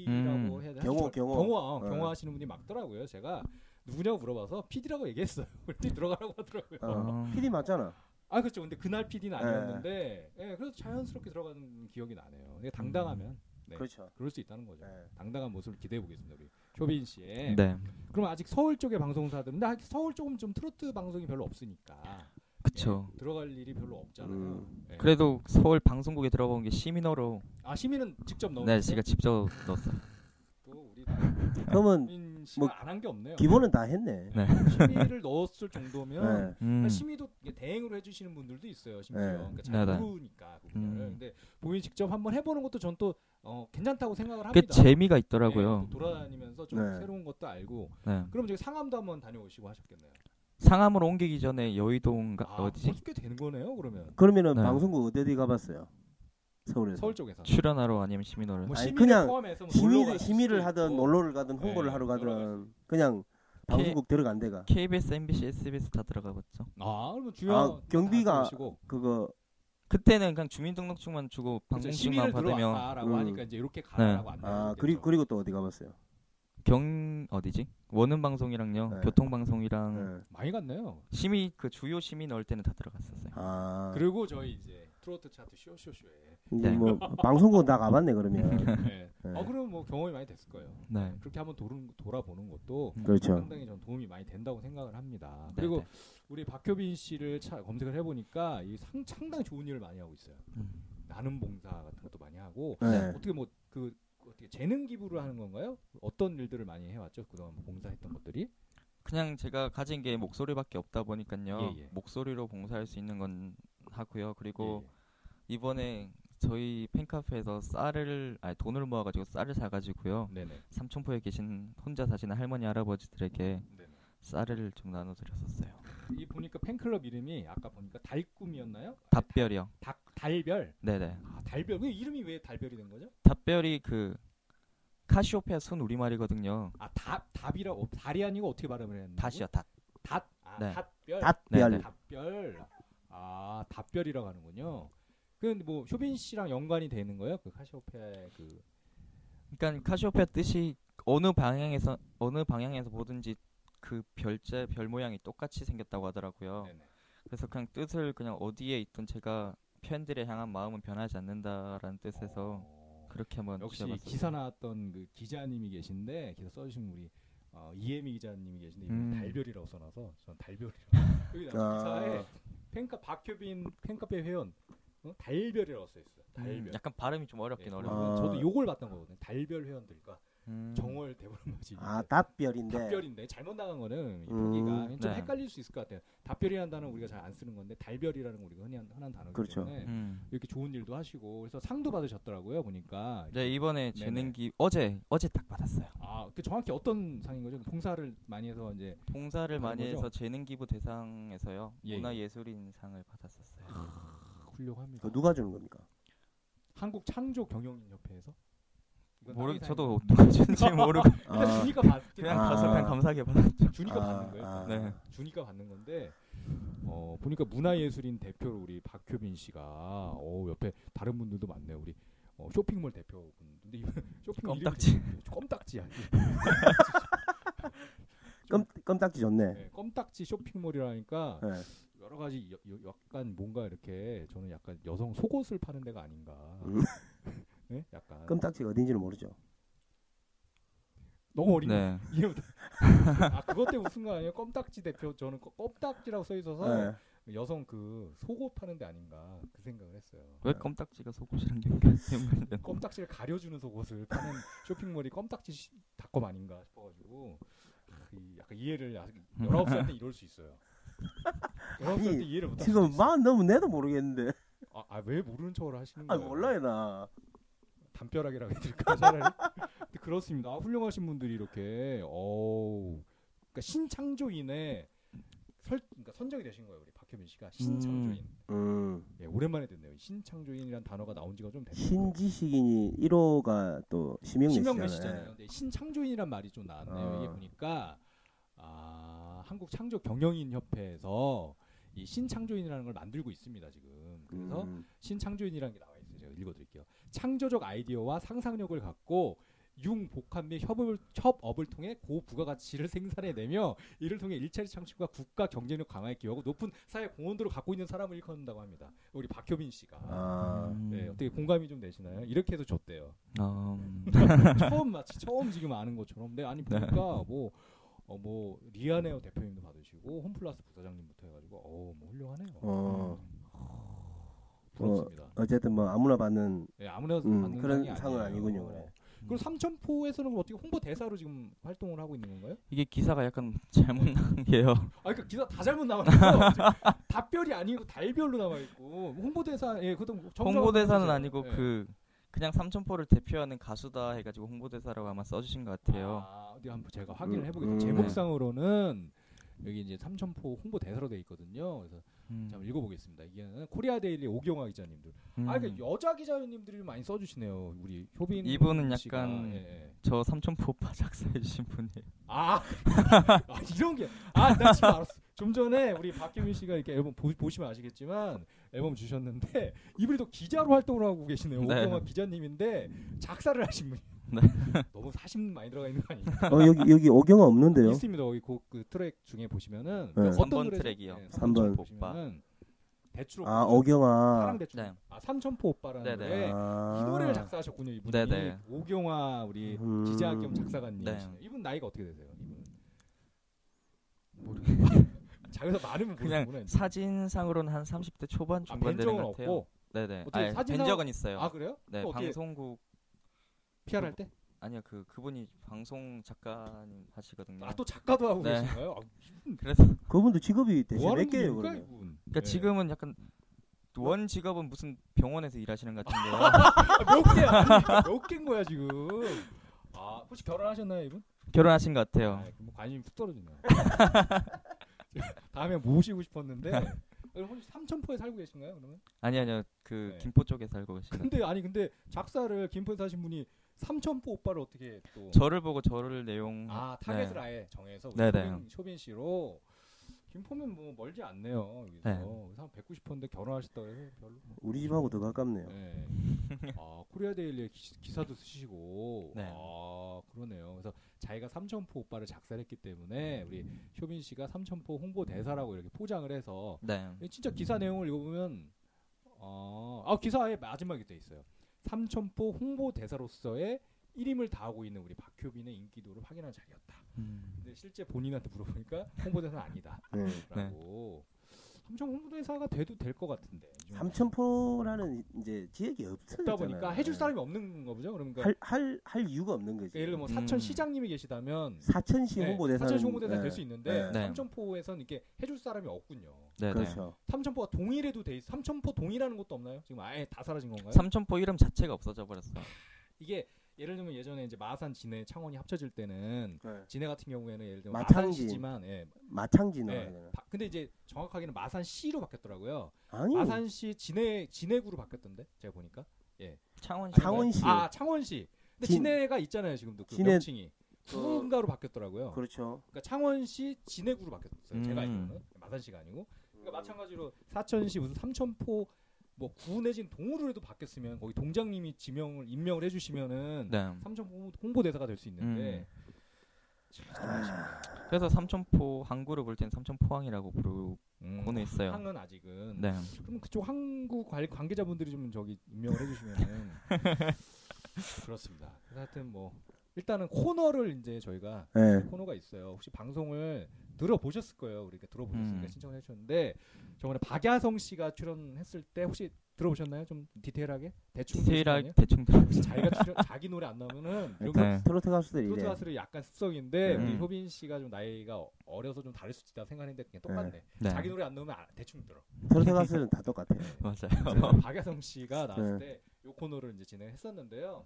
경비라고 음. 해야 되나 경호, 저- 경호. 경호 어, 예. 경호하시는 분이 막더라고요 제가 누구냐고 물어봐서 PD라고 얘기했어요 그랬더니 들어가라고 하더라고요 어. 아. PD 맞잖아. 아 그렇죠 근데 그날 PD는 네. 아니었는데 예 그래서 자연스럽게 들어가는 기억이 나네요 이게 당당하면 네. 아. 그렇죠. 그럴 수 있다는 거죠 예. 당당한 모습을 기대해 보겠습니다 우리 쇼빈 씨의 네. 그럼 아직 서울 쪽의 방송사들 근데 아직 서울 쪽은 좀 트로트 방송이 별로 없으니까 그쵸. 예, 들어갈 일이 별로 없잖아요 음. 네. 예. 그래도 서울 방송국에 들어본 게 시민어로 아 시민은 직접 넣어 네, 아, 제가 직접 넣었어요. 또 우리 그러면 시민 씨가 뭐 안 한 게 없네요. 기본은 다 했네. 네. 심의를 넣었을 정도면 그러니까 예. 음. 심의도 이게 대행으로 해주시는 분들도 있어요. 심지어 네. 그러니까 잘 네, 네. 모르니까 그 분야를. 음. 근데 본인 직접 한번 해보는 것도 전 또 어, 괜찮다고 생각을 꽤 합니다. 재미가 네, 있더라고요. 또 돌아다니면서 좀 네. 새로운 것도 알고. 네. 그럼 저기 상암도 한번 다녀오시고 하셨겠네요. 상암으로 옮기기 전에 여의도인가 아, 그러니까 어디지? 벌써 꽤 되는 거네요. 그러면 그러면은 네. 방송국 어디 어디 가봤어요? 서울에서. 서울 쪽에서. 출연하러 아니면 시민어로. 뭐 네. 아니, 심의를 그냥 포함해서 뭐 놀러 심의를, 가실 심의를 수도 하든 있고. 놀러를 가든 홍보를 네, 하러 여러 가든 그냥 방송국 들어간 데가 KBS, MBC, SBS 다 들어가봤죠. 아 그러면 중요한 아, 경비가 고 그거 그때는 그냥 주민등록증만 주고 그렇죠. 심의를 방송증만 받으면 네. 들어와라고 음. 하니까 이제 이렇게 가라고 안내 아 는 그리고 그리고 또 어디 가봤어요? 경 어디지? 원음 방송이랑요, 네. 교통 방송이랑 예. 많이 갔네요. 시민 그 주요 시민 넣을 때는 다 들어갔었어요. 아 그리고 저희 이제 트로트 차트 쇼쇼쇼에. 이제 네. 뭐 방송국 다 가봤네 그러면 네. 네. 아 그럼 뭐 경험이 많이 됐을 거예요. 네. 그렇게 한번 도는, 돌아보는 것도 음. 그렇죠. 상당히 전 도움이 많이 된다고 생각을 합니다. 네, 그리고 네. 우리 박효빈 씨를 차, 검색을 해보니까 이 상, 상당히 좋은 일을 많이 하고 있어요. 음. 나눔 봉사 같은 것도 많이 하고 네. 어떻게 뭐 그 어떻게 재능 기부를 하는 건가요? 어떤 일들을 많이 해왔죠? 그동안 뭐 봉사했던 것들이 그냥 제가 가진 게 목소리밖에 없다 보니까요. 예, 예. 목소리로 봉사할 수 있는 건 하고요. 그리고 예, 예. 이번에 저희 팬카페에서 쌀을 아니 돈을 모아가지고 쌀을 사가지고요. 네네. 삼천포에 계신 혼자 사시는 할머니 할아버지들에게 네네. 쌀을 좀 나눠드렸었어요. 이 보니까 팬클럽 이름이 아까 보니까 달꿈이었나요? 답별이요. 닭 달별. 네네. 아 달별. 그 이름이 왜 달별이 된 거죠? 답별이 그 카시오페아 순 우리말이거든요. 아답 답이라고 달이 아니고 어떻게 발음을 했는데? 다시요, 다. 닷. 아, 네. 닷별. 네, 닷별 네. 별 아, 답별이라고 하는군요. 근데 뭐 효빈 씨랑 연관이 되는 거예요? 그 카시오페아의 그 그러니까 카시오페아 뜻이 어느 방향에서 어느 방향에서 보든지 그 별자 별 모양이 똑같이 생겼다고 하더라고요. 네네. 그래서 그냥 뜻을 그냥 어디에 있던 제가 팬들의 향한 마음은 변하지 않는다라는 뜻에서 어, 그렇게 한번 역시 지어봤어요. 기사 나왔던 그 기자님이 계신데 기사 써주신 우리 어, 이혜미 기자님이 계신데 이분이 음. 달별이라고 써놔서 전 달별이라고 여기 나온 아. 기사에 팬카 박효빈 팬카페 회원 어? 달별이라고 써있어요. 달별. 음, 약간 발음이 좀 예, 어렵긴 저는- 어려워. 어려워요. 저도 아. 요걸 봤던 거거든요. 달별 회원들과 네. 음. 정월 대보름맞이. 아 답별인데 답별인데 잘못 나간 거는 이 음. 표기가 좀 네. 헷갈릴 수 있을 것 같아요. 답별이라는 단어 우리가 잘 안 쓰는 건데 달별이라는 거 우리가 흔히 한- 흔한 단어이기 그렇죠. 때문에 음. 이렇게 좋은 일도 하시고 그래서 상도 받으셨더라고요 보니까. 네 이번에 네네. 재능기 어제 어제 딱 받았어요. 아, 그 정확히 어떤 상인 거죠? 봉사를 많이 해서 이제 봉사를 많이 거죠? 해서 재능기부 대상에서요 예, 예. 문화예술인상을 받았었어요. 훌륭합니다. 그거 누가 주는 겁니까? 한국 창조 경영인 협회에서? 이건 모르 다른 저도 누가 주는지 모르고 일단 아, 주니까 받 그냥 아. 가서 그냥 감사하게 받았죠. 주니까 받는 거예요. 아, 네. 주니까 받는 건데 어 보니까 문화예술인 대표로 우리 박효빈 씨가 어 옆에 다른 분들도 많네요. 우리 어, 쇼핑몰 대표분. 근데 이분 쇼핑몰 이름이 껌딱지. 되게 껌딱지야. 껌 껌딱지 좋네. 네, 껌딱지 쇼핑몰이라니까 네. 여러 가지 여- 여- 약간 뭔가 이렇게 저는 약간 여성 속옷을 파는 데가 아닌가. 음. 네? 약간 껌딱지가 어딘지는 모르죠. 너무 어린 네. 네. 이해 못. 아 그것 때문에 웃은 거 아니에요? 껌딱지 대표 저는 껌- 껌딱지라고 써 있어서 네. 여성 그 속옷 파는 데 아닌가 그 생각을 했어요. 왜 껌딱지가 속옷이랑 연결 연관이 되나? 껌딱지를 가려주는 속옷을 파는 쇼핑몰이 껌딱지 시- 닷컴 아닌가 싶어가지고 아, 이 약간 이해를 아직 19살 때 이럴 수 있어요. 19살 때 아니, 이해를 못할 수도 지금 있어요. 만 너무 내도 모르겠는데. 아, 아, 왜 모르는 척을 하시는 아 거예요? 몰라요 나. 담벼락이라고 해드릴까 차라리? 근데 그렇습니다. 아, 훌륭하신 분들이 이렇게 어우 그러니까 신창조인의 설, 그러니까 선정이 되신 거예요. 우리 박효빈 씨가 신창조인. 음. 예, 오랜만에 듣네요. 신창조인이란 단어가 나온 지가 좀 됐네요. 신지식인이 1호가 또 심영래 신명래시잖아요. 씨잖아요. 근데 신창조인이란 말이 좀 나왔네요. 어. 이게 보니까 아, 한국 창조 경영인 협회에서 이 신창조인이라는 걸 만들고 있습니다 지금. 그래서 음. 신창조인이라는 게 나와 있어요. 제가 읽어드릴게요. 창조적 아이디어와 상상력을 갖고 융복합 및 협업을, 협업을 통해 고부가가치를 생산해내며 이를 통해 일자리 창출과 국가 경쟁력 강화에 기여하고 높은 사회 공헌도를 갖고 있는 사람을 일컫는다고 합니다. 우리 박효빈 씨가 아. 네, 어떻게 공감이 좀 되시나요? 이렇게 해서 줬대요. 아, 음. 처음 마치 처음 지금 아는 것처럼. 근데 아니 네. 보니까 뭐. 어, 뭐 리아네오 대표님도 받으시고 홈플러스 부사장님부터 해가지고 어뭐 훌륭하네요. 음. 어. 부럽습니다. 어쨌든 뭐 아무나 받는 예, 아무나 음, 받는 그런 상이 상은 아니에요. 음. 아니군요, 그래. 그리고 삼천포에서는 그럼 어떻게 홍보 대사로 지금 활동을 하고 있는 건가요? 이게 기사가 약간 잘못 나온 게요. 아, 그러니까 기사 다 잘못 나와있어. 답별이 아니고 달별로 나와 있고 홍보 대사 예, 그것도 정정하고 홍보대사는 해주세요. 아니고 예. 그 그냥 삼천포를 대표하는 가수다 해가지고 홍보대사라고 아마 써주신 것 같아요. 네. 아, 어디 한번 제가 확인을 음, 해보겠습니다. 음, 제목상으로는 여기 이제 삼천포 홍보 대사로 돼 있거든요. 그래서 음. 한번 읽어보겠습니다. 이게 코리아 데일리 오경화 기자님들. 아, 음. 그러니까 여자 기자님들이 많이 써주시네요. 우리 효빈 이분은 씨가. 약간 예, 예. 저 삼천포 오빠 작사해주신 분이에요. 아, 아, 이런 게. 아, 나 지금 알았어. 좀 전에 우리 박규민 씨가 이렇게 앨범 보, 보시면 아시겠지만 앨범 주셨는데 이분이 또 기자로 활동을 하고 계시네요. 네. 오경화 기자님인데 작사를 하신 분이. 네. 너무 사심 많이 들어가 있는 거 아니에요? 어 여기 여기 오경화 없는데요. 있습니다. 거기 그, 그 트랙 중에 보시면은 네. 삼번 노래죠? 트랙이요. 네, 삼 번. 보시면은 대추로 아 사랑 오경화. 대추. 네. 아, 삼천포 오빠라는 네, 노래. 네. 아. 이 노래를 작사하셨군요 이분이 네, 네. 오경화 우리 음. 기자 겸 작사가님이시네요. 네. 이분 나이가 어떻게 되세요? 이분 자기가 많으면 모르는구나. 그냥 이제. 사진상으로는 한 30대 초반 아, 중반 되는 벤정은 것 같아요. 없고 네네. 어떻게 아니, 사진상- 뵌 적은 있어요. 아 그래요? 네 또 어떻게 방송국 PR 할 때? 아니요 그 그분이 방송 작가님 하시거든요. 아 또 작가도 하고 네. 계신가요? 아, 그래서 그분도 직업이 대체 뭐 몇 하는 개예요 분입니까 그러면? 이분? 네. 그러니까 뭐? 지금은 약간 원 직업은 무슨 병원에서 일하시는 것 같은데요. 아, 몇 개야? 아니, 몇 개인 거야 지금? 아 혹시 결혼하셨나요 이분? 결혼하신 것 같아요. 아, 그럼 뭐 관심이 푹 떨어지네요. 다음에 모시고 싶었는데 네. 그럼 혹시 삼천포에 살고 계신가요 그러면? 아니 아니요 그 네. 김포 쪽에 살고 계시는. 근데 아니 근데 작사를 김포에서 하신 분이 삼천포 오빠를 어떻게 또 저를 보고 저를 내용 네. 아, 타겟을 아예 정해서 우리 네네. 쇼빈, 쇼빈 씨로 김포면 뭐 멀지 않네요. 여기서 네. 그래서 한 190호인데 결혼하셨다고 해서 별로. 우리 집하고 더 가깝네요. 네. 아 코리아 데일리에 기, 사도 쓰시고 네. 아 그러네요. 그래서 자기가 삼천포 오빠를 작사했기 때문에 우리 쇼빈 씨가 삼천포 홍보 대사라고 이렇게 포장을 해서 네. 진짜 기사 내용을 읽어보면 어, 아 기사의 마지막에 돼 있어요. 삼천포 홍보 대사로서의 일임을 다하고 있는 우리 박효빈의 인기도를 확인한 자리였다. 음, 근데 실제 본인한테 물어보니까 홍보 대사는 아니다라고. 네. 삼천 홍보 대사가 돼도 될 것 같은데. 이 정도. 삼천포라는 이제 지역이 없어요. 네. 없다 보니까 해줄 사람이 없는 거 보죠. 그러니까 할, 할, 할 이유가 없는 거지. 예를 들어 뭐 사천 음. 시장님이 계시다면 사천시 네, 홍보대사. 사천 홍보대사 될 수 있는데 네. 네. 삼천포에서는 이렇게 해줄 사람이 없군요. 네, 네. 그렇죠. 삼천포가 동일해도 돼 있. 삼천포 동일하는 것도 없나요? 지금 아예 다 사라진 건가요? 삼천포 이름 자체가 없어져 버렸어. 이게 예를 들면 예전에 이제 마산 진해 창원이 합쳐질 때는 네. 진해 같은 경우에는 예를 들면 마창진. 네. 마산시지만 예, 마창진으로 해야 예, 되나? 바- 근데 이제 정확하게는 마산시로 바뀌었더라고요. 아니. 마산시 진해 진해구로 바뀌었던데 제가 보니까 창원시. 창원시. 아 창원시. 근데 진- 진, 해가 있잖아요 지금도 그 진해- 명칭이 구군가로 바뀌었더라고요. 그렇죠. 그러니까 창원시 진해구로 바뀌었어요. 제가 음. 알기로는 마산시가 아니고 그러니까 마찬가지로 사천시 무슨 삼천포 뭐 구 내진 동으로 해도 바뀌었으면 거기 동장님이 지명을 임명을 해주시면은 네. 음. 삼천포 홍보대사가 될 수 있는데 참 아쉽네요. 그래서 삼천포 항구를 볼 때는 삼천포항이라고 부르고는 음, 있어요. 항은 아직은 네. 그럼 그쪽 항구 관- 관계자분들이 좀 저기 임명을 해주시면은 그렇습니다. 그래서 하여튼 뭐 일단은 코너를 이제 저희가 예. 코너가 있어요. 혹시 방송을 들어보셨을 거예요. 우리 이렇게 들어보셨으니까 음. 신청을 해주셨는데 저번에 박야성 씨가 출연했을 때 혹시 들어보셨나요? 좀 디테일하게 대충 디테일하게 들으셨나요? 대충 들어. 혹시 자기가 출연, 자기 노래 안 나오면은 이런 거 네. 트로트 가수들이 트로트 이래. 가수를 약간 습성인데 음. 우리 효빈 씨가 좀 나이가 어려서 좀 다를 수 있다 생각했는데 그냥 똑같네. 네. 자기 노래 안 넣으면 아- 대충 들어. 트로트 가수들은 다 똑같아요. 그래서 맞아요. 박야성 씨가 나왔을 때요 코너를 이제 진행했었는데요.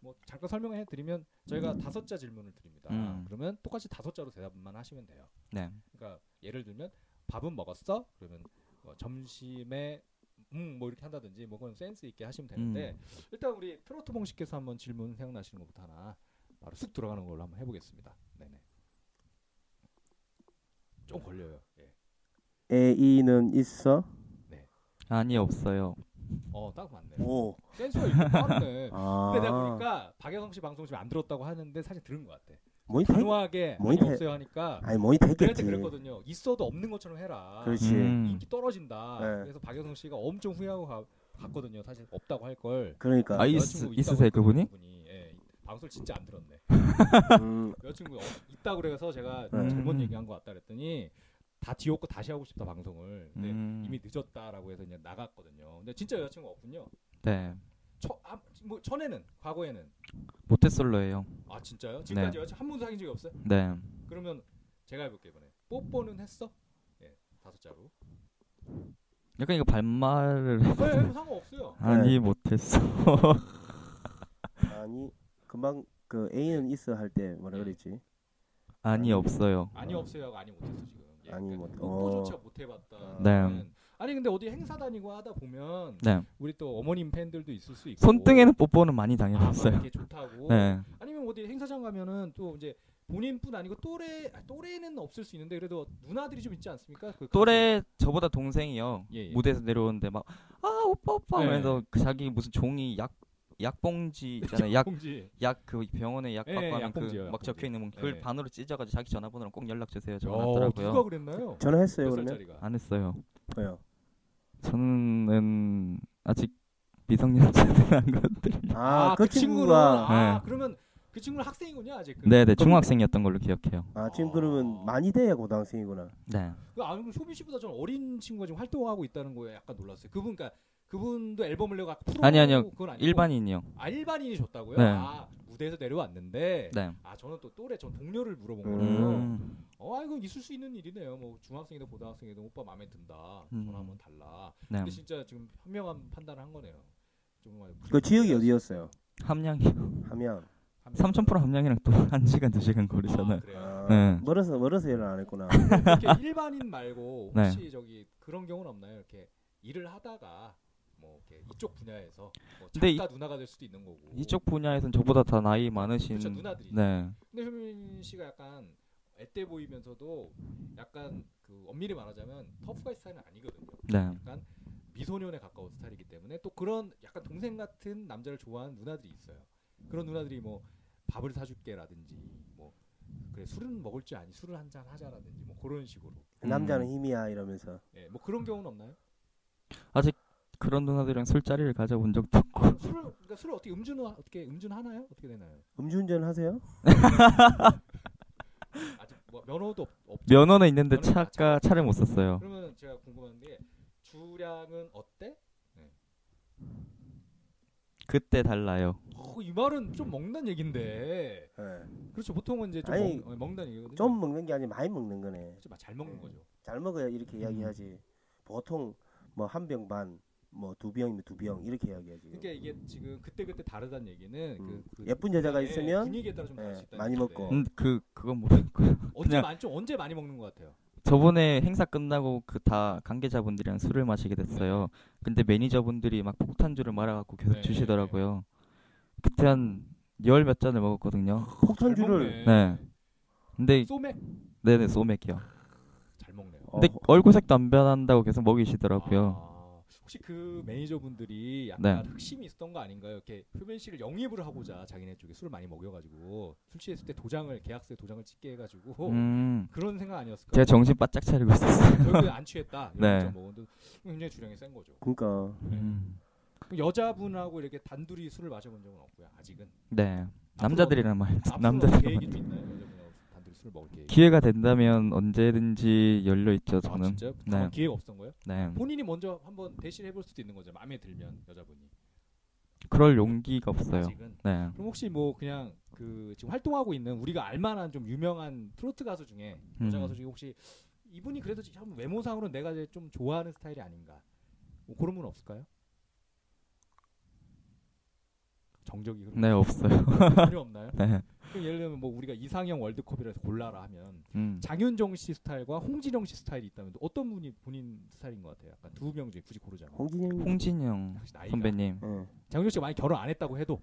뭐 잠깐 설명해 드리면 저희가 다섯 자 질문을 드립니다. 음. 그러면 똑같이 다섯 자로 대답만 하시면 돼요. 네. 그러니까 예를 들면 밥은 먹었어? 그러면 뭐 점심에 음 뭐 이렇게 한다든지 뭐 그건 센스 있게 하시면 되는데 일단 우리 트로트 봉식께서 한번 질문 생각나시는 것부터 하나 바로 쑥 들어가는 걸로 한번 해보겠습니다. 네네. 좀 걸려요. 예. 애인은 있어? 아니 없어요. 어딱 맞네. 요 오. 센스가 있고 빠르네. 아. 근데 내가 보니까 박여성 씨 방송 지금 안 들었다고 하는데 사실 들은 것 같아. 모니터. 했- 단호하게 뭐 아니 이렇게- 없어요 하니까 아니 모니터 그한테 했겠지. 그랬거든요. 아. 있어도 없는 것처럼 해라. 그렇지. 음. 인기 떨어진다. 네. 그래서 박여성 씨가 엄청 후회하고 가, 갔거든요. 사실 없다고 할 걸. 그러니까. 아, 이- 여자친구 있- 있다고 있으세요, 그분이? 그분이. 예, 방송 을 진짜 안 들었네. 음, 여자친구 없- 있다고 그래서 제가 음. 잘못 얘기한 것 같다 그랬더니 다 뒤엎고 다시 하고 싶다 방송을. 근데 음. 네, 이미 늦었다라고 해서 그냥 나갔거든요. 근데 진짜 여자친구 가 없군요. 네. 저, 아, 뭐 전에는 과거에는 모태솔로예요. 아 진짜요? 지금까지 여자친구 한 번도 사귄 적이 없어요? 네. 그러면 제가 해볼게 이번에 뽀뽀는 했어? 예 다섯 자로 약간 이거 반말을 네, 상관없어요 아니 못했어. 아니 금방 그 애인은 있어 할 때 뭐라 네. 그랬지? 아니 없어요. 아니 없어요 하고 아니 못했어 지금 예, 아니 못- 뽀뽀조차 못해봤다 네. 아니 근데 어디 행사 다니고 하다 보면 네. 우리 또 어머님 팬들도 있을 수 있고 손등에는 뽀뽀는 뭐 많이 아, 막 당해봤어요. 이렇게 좋다고 네. 아니면 어디 행사장 가면은 또 이제 본인뿐 아니고 또래 아, 또래는 없을 수 있는데 그래도 누나들이 좀 있지 않습니까? 그 또래 저보다 동생이요. 예, 예. 무대에서 내려오는데 막 아 오빠 오빠 네. 하면서 그 자기 무슨 종이 약 약봉지 있잖아요. 공지 약 약 그 병원에 약 예, 받고 예, 하면 약봉지요, 그막 약봉지. 적혀 있는 그걸 예. 반으로 찢어가지고 어, 자기 전화번호랑 꼭 연락 주세요. 어, 누가 전화하더라고요. 그랬나요? 전화했어요 몇 그러면? 살짜리가 안 했어요. 왜요? 저는 아직 미성년자는 안 것들. 아, 아, 그, 친구가 친구는, 아 네. 그러면 그 친구는 학생이군요 아직. 네네 중학생이었던 걸로 기억해요. 아 지금 그러면 많이 돼야 고등학생이구나. 네. 그 아, 그럼 효빈 씨보다 좀 어린 친구가 지금 활동하고 있다는 거에 약간 놀랐어요. 그분 그러니까 그분도 앨범을 내고 프로 아니, 아니요. 그건 아니고 일반인이요. 아, 일반인이 줬다고요? 네. 아 무대에서 내려왔는데 네. 아 저는 또 또래 전 동료를 물어본 음. 거예요. 음. 어 이거 있을 수 있는 일이네요. 뭐 중학생이든 고등학생이든 오빠 마음에 든다. 음. 전화 한번 달라. 네. 근데 진짜 지금 현명한 판단을 한 거네요. 좀 아, 많이 그 지역이 어디였어요? 함양이요. 함양. 하면- 삼천포로 함양이랑 또 한 시간 두 시간 아, 거리잖아요. 그래요. 아, 네. 멀어서 멀어서 연락 안 했구나. 이렇게 일반인 말고 네. 혹시 저기 그런 경우는 없나요? 이렇게 일을 하다가 뭐 이렇게 이쪽 분야에서 뭐 작가 근데 이- 누나가 될 수도 있는 거고 이쪽 분야에서는 저보다 다 나이 많으신. 그렇죠, 누나들이. 네. 근데 효민 씨가 약간 앳돼 보이면서도 약간 그 엄밀히 말하자면 터프가이 스타일은 아니거든요. 네. 약간 미소년에 가까운 스타일이기 때문에 또 그런 약간 동생 같은 남자를 좋아하는 누나들이 있어요. 그런 누나들이 뭐 밥을 사줄게라든지 뭐 그래 술은 먹을 줄 아니 술을 한 잔 하자라든지 뭐 그런 식으로 그 남자는 힘이야 이러면서 예, 뭐 그런 경우는 없나요? 그런 누나들이랑 술자리를 가져본 적도 없고 술을 그러니까 술을 어떻게 음주는 하- 어떻게 음주는 하나요? 어떻게 되나요? 음주운전 하세요? 아직 뭐 면허도 없, 없죠. 면허는 있는데 면허는 다 차가 차를 못 썼어요. 그러면 제가 궁금한 게 주량은 어때? 그때 달라요. 어, 이 말은 좀 먹는 얘긴데 예. 그렇죠 보통은 이제 좀 아니, 먹, 어, 먹는 얘기거든요. 좀 먹는 게 아니라 많이 먹는 거네. 그렇죠, 잘 먹는 거죠. 잘 먹어야 이렇게 이야기하지. 보통 뭐 한 병 반, 뭐 두 병이면 두 병 이렇게 이야기하지. 그러니까 이게 지금 그때 그때 다르다는 얘기는 음. 그, 그 예쁜 여자가 예, 있으면 분위기에 따라 좀 예, 다를 수 있다. 많이 먹고. 음, 그 그건 모르겠고요. 언제 그냥- 많이 좀 언제 많이 먹는 것 같아요. 저번에 행사 끝나고 그 다 관계자분들이랑 술을 마시게 됐어요. 근데 매니저분들이 막 폭탄주를 말아갖고 계속 네. 주시더라고요. 그때 한 열 몇 잔을 먹었거든요. 잘 폭탄주를 네. 먹네. 근데 소맥 네네 소맥이요. 잘 먹네요. 어, 근데 얼굴색도 안 변한다고 계속 먹이시더라고요. 네. 아, 혹시 그 매니저분들이 약간 흑심이 있었던 거 아닌가요? 이렇게 효변 씨를 영입을 하고자 자기네 쪽에 술을 많이 먹여가지고 술 취했을 때 도장을 계약서에 도장을 찍게 해가지고 음, 그런 생각 아니었을까요? 제가 정신 바짝 차리고 있었어요. 결국에 안 취했다. 네. 네. 먹었는데 굉장히 주량이 센 거죠. 그러니까 음, 그럼 여자분하고 이렇게 단둘이 술을 마셔본 적은 없고요. 아직은 네. 남자들이랑 말, 앞으로 남자들이랑 말. 계획이 좀 있나요? 여자분하고 단둘이 술을 먹을 계획. 기회가 된다면 언제든지 열려있죠, 아 저는. 진짜요? 네. 그런 기회가 없었던 거예요? 네. 본인이 먼저 한번 대신 해볼 수도 있는 거죠. 마음에 들면 여자분이 그럴 용기가 없어요. 아직은. 네. 그럼 혹시 뭐 그냥 그 지금 활동하고 있는 우리가 알만한 좀 유명한 트로트 가수 중에 여자 음. 가수 중에 혹시 이분이 그래도 참 외모상으로 내가 이제 좀 좋아하는 스타일이 아닌가 뭐 그런 분 없을까요? 정적이 그런 네, 없어요. 분 전혀 없나요? 네. 그럼 예를 들면 뭐 우리가 이상형 월드컵이라서 골라라 하면 음. 장윤정 씨 스타일과 홍진영 씨 스타일이 있다면 또 어떤 분이 본인 스타일인 것 같아요? 약간 두 명 중에 굳이 고르자면 홍진영 홍진영 혹시 나이가? 선배님. 예. 장윤정 씨가 만약 결혼 안 했다고 해도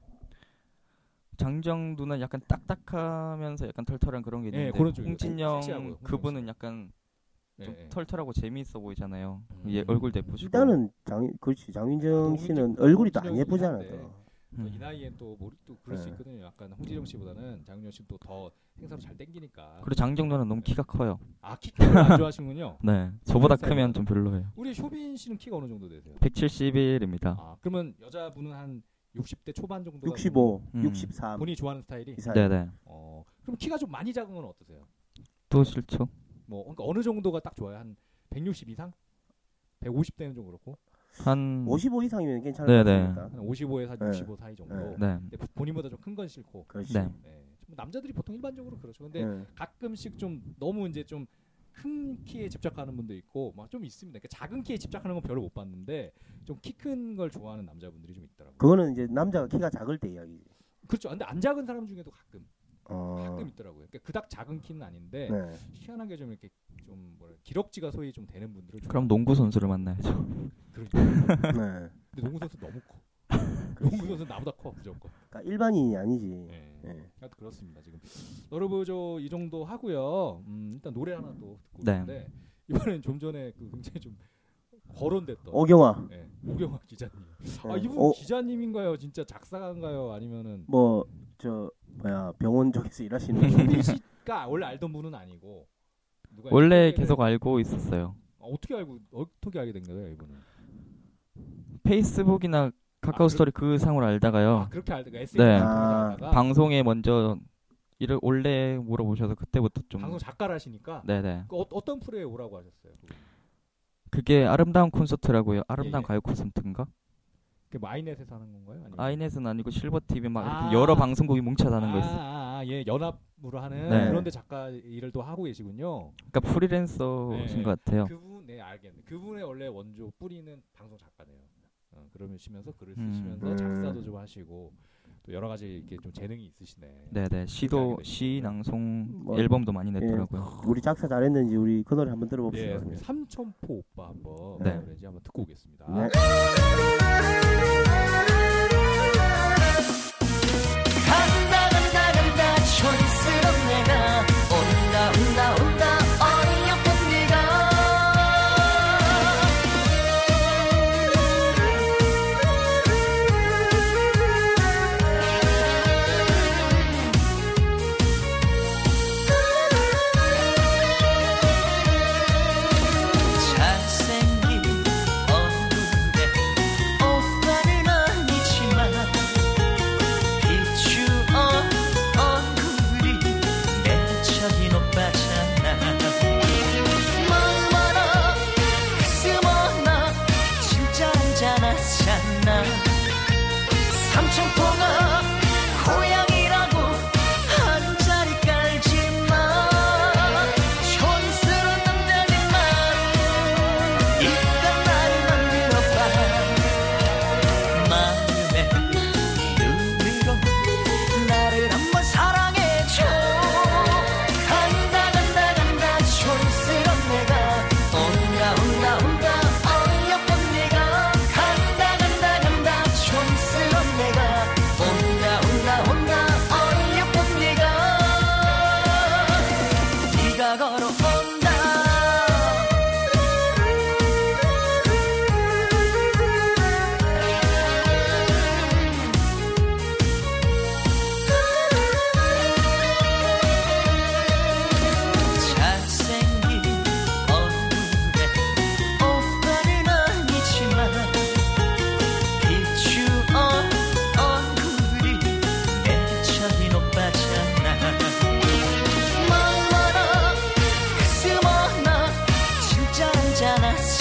장정 누나 약간 딱딱하면서 약간 털털한 그런 게 예, 있는데 그런 쪽이에요. 홍진영 섹시하고요, 홍진영 그분은 씨. 약간 좀 예, 예. 털털하고 재미있어 보이잖아요. 음. 예, 얼굴도 예쁘시고. 일단은 장 그렇지 장윤정 홍진영 씨는 얼굴이 또 안 홍진영이긴 예쁘잖아. 한데. 또. 또이그 음. 나이엔 또 모르 또 그럴 수 네. 있거든요. 약간 홍진영 씨보다는 장윤정 씨는 또 더 행사로 잘 땡기니까. 그리고 장정 누나 너무 키가 커요. 아 키를 안 좋아하시는군요. 네. 저보다 그래서- 크면 좀 별로예요. 우리 쇼빈 씨는 키가 어느 정도 되세요? 171입니다. 아 그러면 여자분은 한 60대 초반 정도. 65, 음. 63 본인이 좋아하는 스타일이. 이 사이. 네네. 어 그럼 키가 좀 많이 작은 건 어떠세요? 또 싫죠. 뭐 그러니까 어느 정도가 딱 좋아요? 한 160 이상? 150대는 좀 그렇고 한 55 이상이면 괜찮을 네네. 것 같습니까? 한 55에서 네. 65 사이 정도. 네. 네. 근데 부- 본인보다 좀 큰 건 싫고. 그렇지. 네. 예. 좀 남자들이 보통 일반적으로 그렇죠. 근데 예. 가끔씩 좀 너무 이제 좀 큰 키에 집착하는 분도 있고 막 좀 있습니다. 그러니까 작은 키에 집착하는 건 별로 못 봤는데 좀 키 큰 걸 좋아하는 남자분들이 좀 있더라고요. 그거는 이제 남자가 키가 작을 때 이야기지. 그렇죠. 근데 안 작은 사람 중에도 가끔 어. 가끔 있더라고요. 그러니까 그닥 작은 키는 아닌데 네. 희한하게 좀 이렇게 좀 뭐랄 기럭지가 소위 좀 되는 분들을 좀 그럼 농구 선수를 만나야죠. 그러니까. 네. 근데 농구 선수 너무 커. 그렇지. 농구 선수 나보다 커 무조건. 그러니까 일반인이 아니지. 예. 예. 하여튼 그렇습니다 지금 여러분 저 이 정도 하고요 음, 일단 노래 하나 또 듣고 네. 있는데 이번엔 좀 전에 그 굉장히 좀 거론됐던 오경화. 예, 오경화 기자님 아 예. 이분 오- 기자님인가요 진짜 작사가인가요 아니면은 뭐 저 뭐야 병원 쪽에서 일하시는 분. 김민 씨가 원래 알던 분은 아니고 누가 원래 이렇게 계속 알고 있었어요. 아, 어떻게 알고 어떻게 알게 된 거예요 이분은 페이스북이나 아, 카카오 스토리 그 상으로 알다가요. 아 그렇게 알다가 SNS 네. 아, 방 방송에 먼저 이를 원래 물어보셔서 그때부터 좀 방송 작가라시니까 네네 그 어, 어떤 프로에 오라고 하셨어요 그분? 그게 아름다운 콘서트라고요 아름다운 예, 예. 가요 콘서트인가 그게 마이넷에서 하는 건가요 아니면 아이넷은 아니고 실버 TV 막 아. 이렇게 여러 방송국이 뭉쳐다는 거 있어요 아, 아, 예, 연합으로 하는 네. 그런데 작가 일을 또 하고 계시군요. 그러니까 프리랜서신 네. 것 같아요 그분, 네, 알겠네. 그분의 원래 원조 뿌리는 방송 작가네요. 어, 그러시면서 글을 음. 쓰시면서 음. 작사도 좀 하시고 또 여러 가지 이렇게 좀 재능이 그 있으시네. 네네 시도 알게 되시군요. 시낭송 뭐, 앨범도 많이 냈더라고요 우리 작사 잘했는지 우리 그 노래 한번 예, 들어봅시다. 우리 삼천포 오빠 한번 네. 노래인지 한번 듣고 오겠습니다. 네. 간다 간다 간다 촌스럽 내가 온다 온다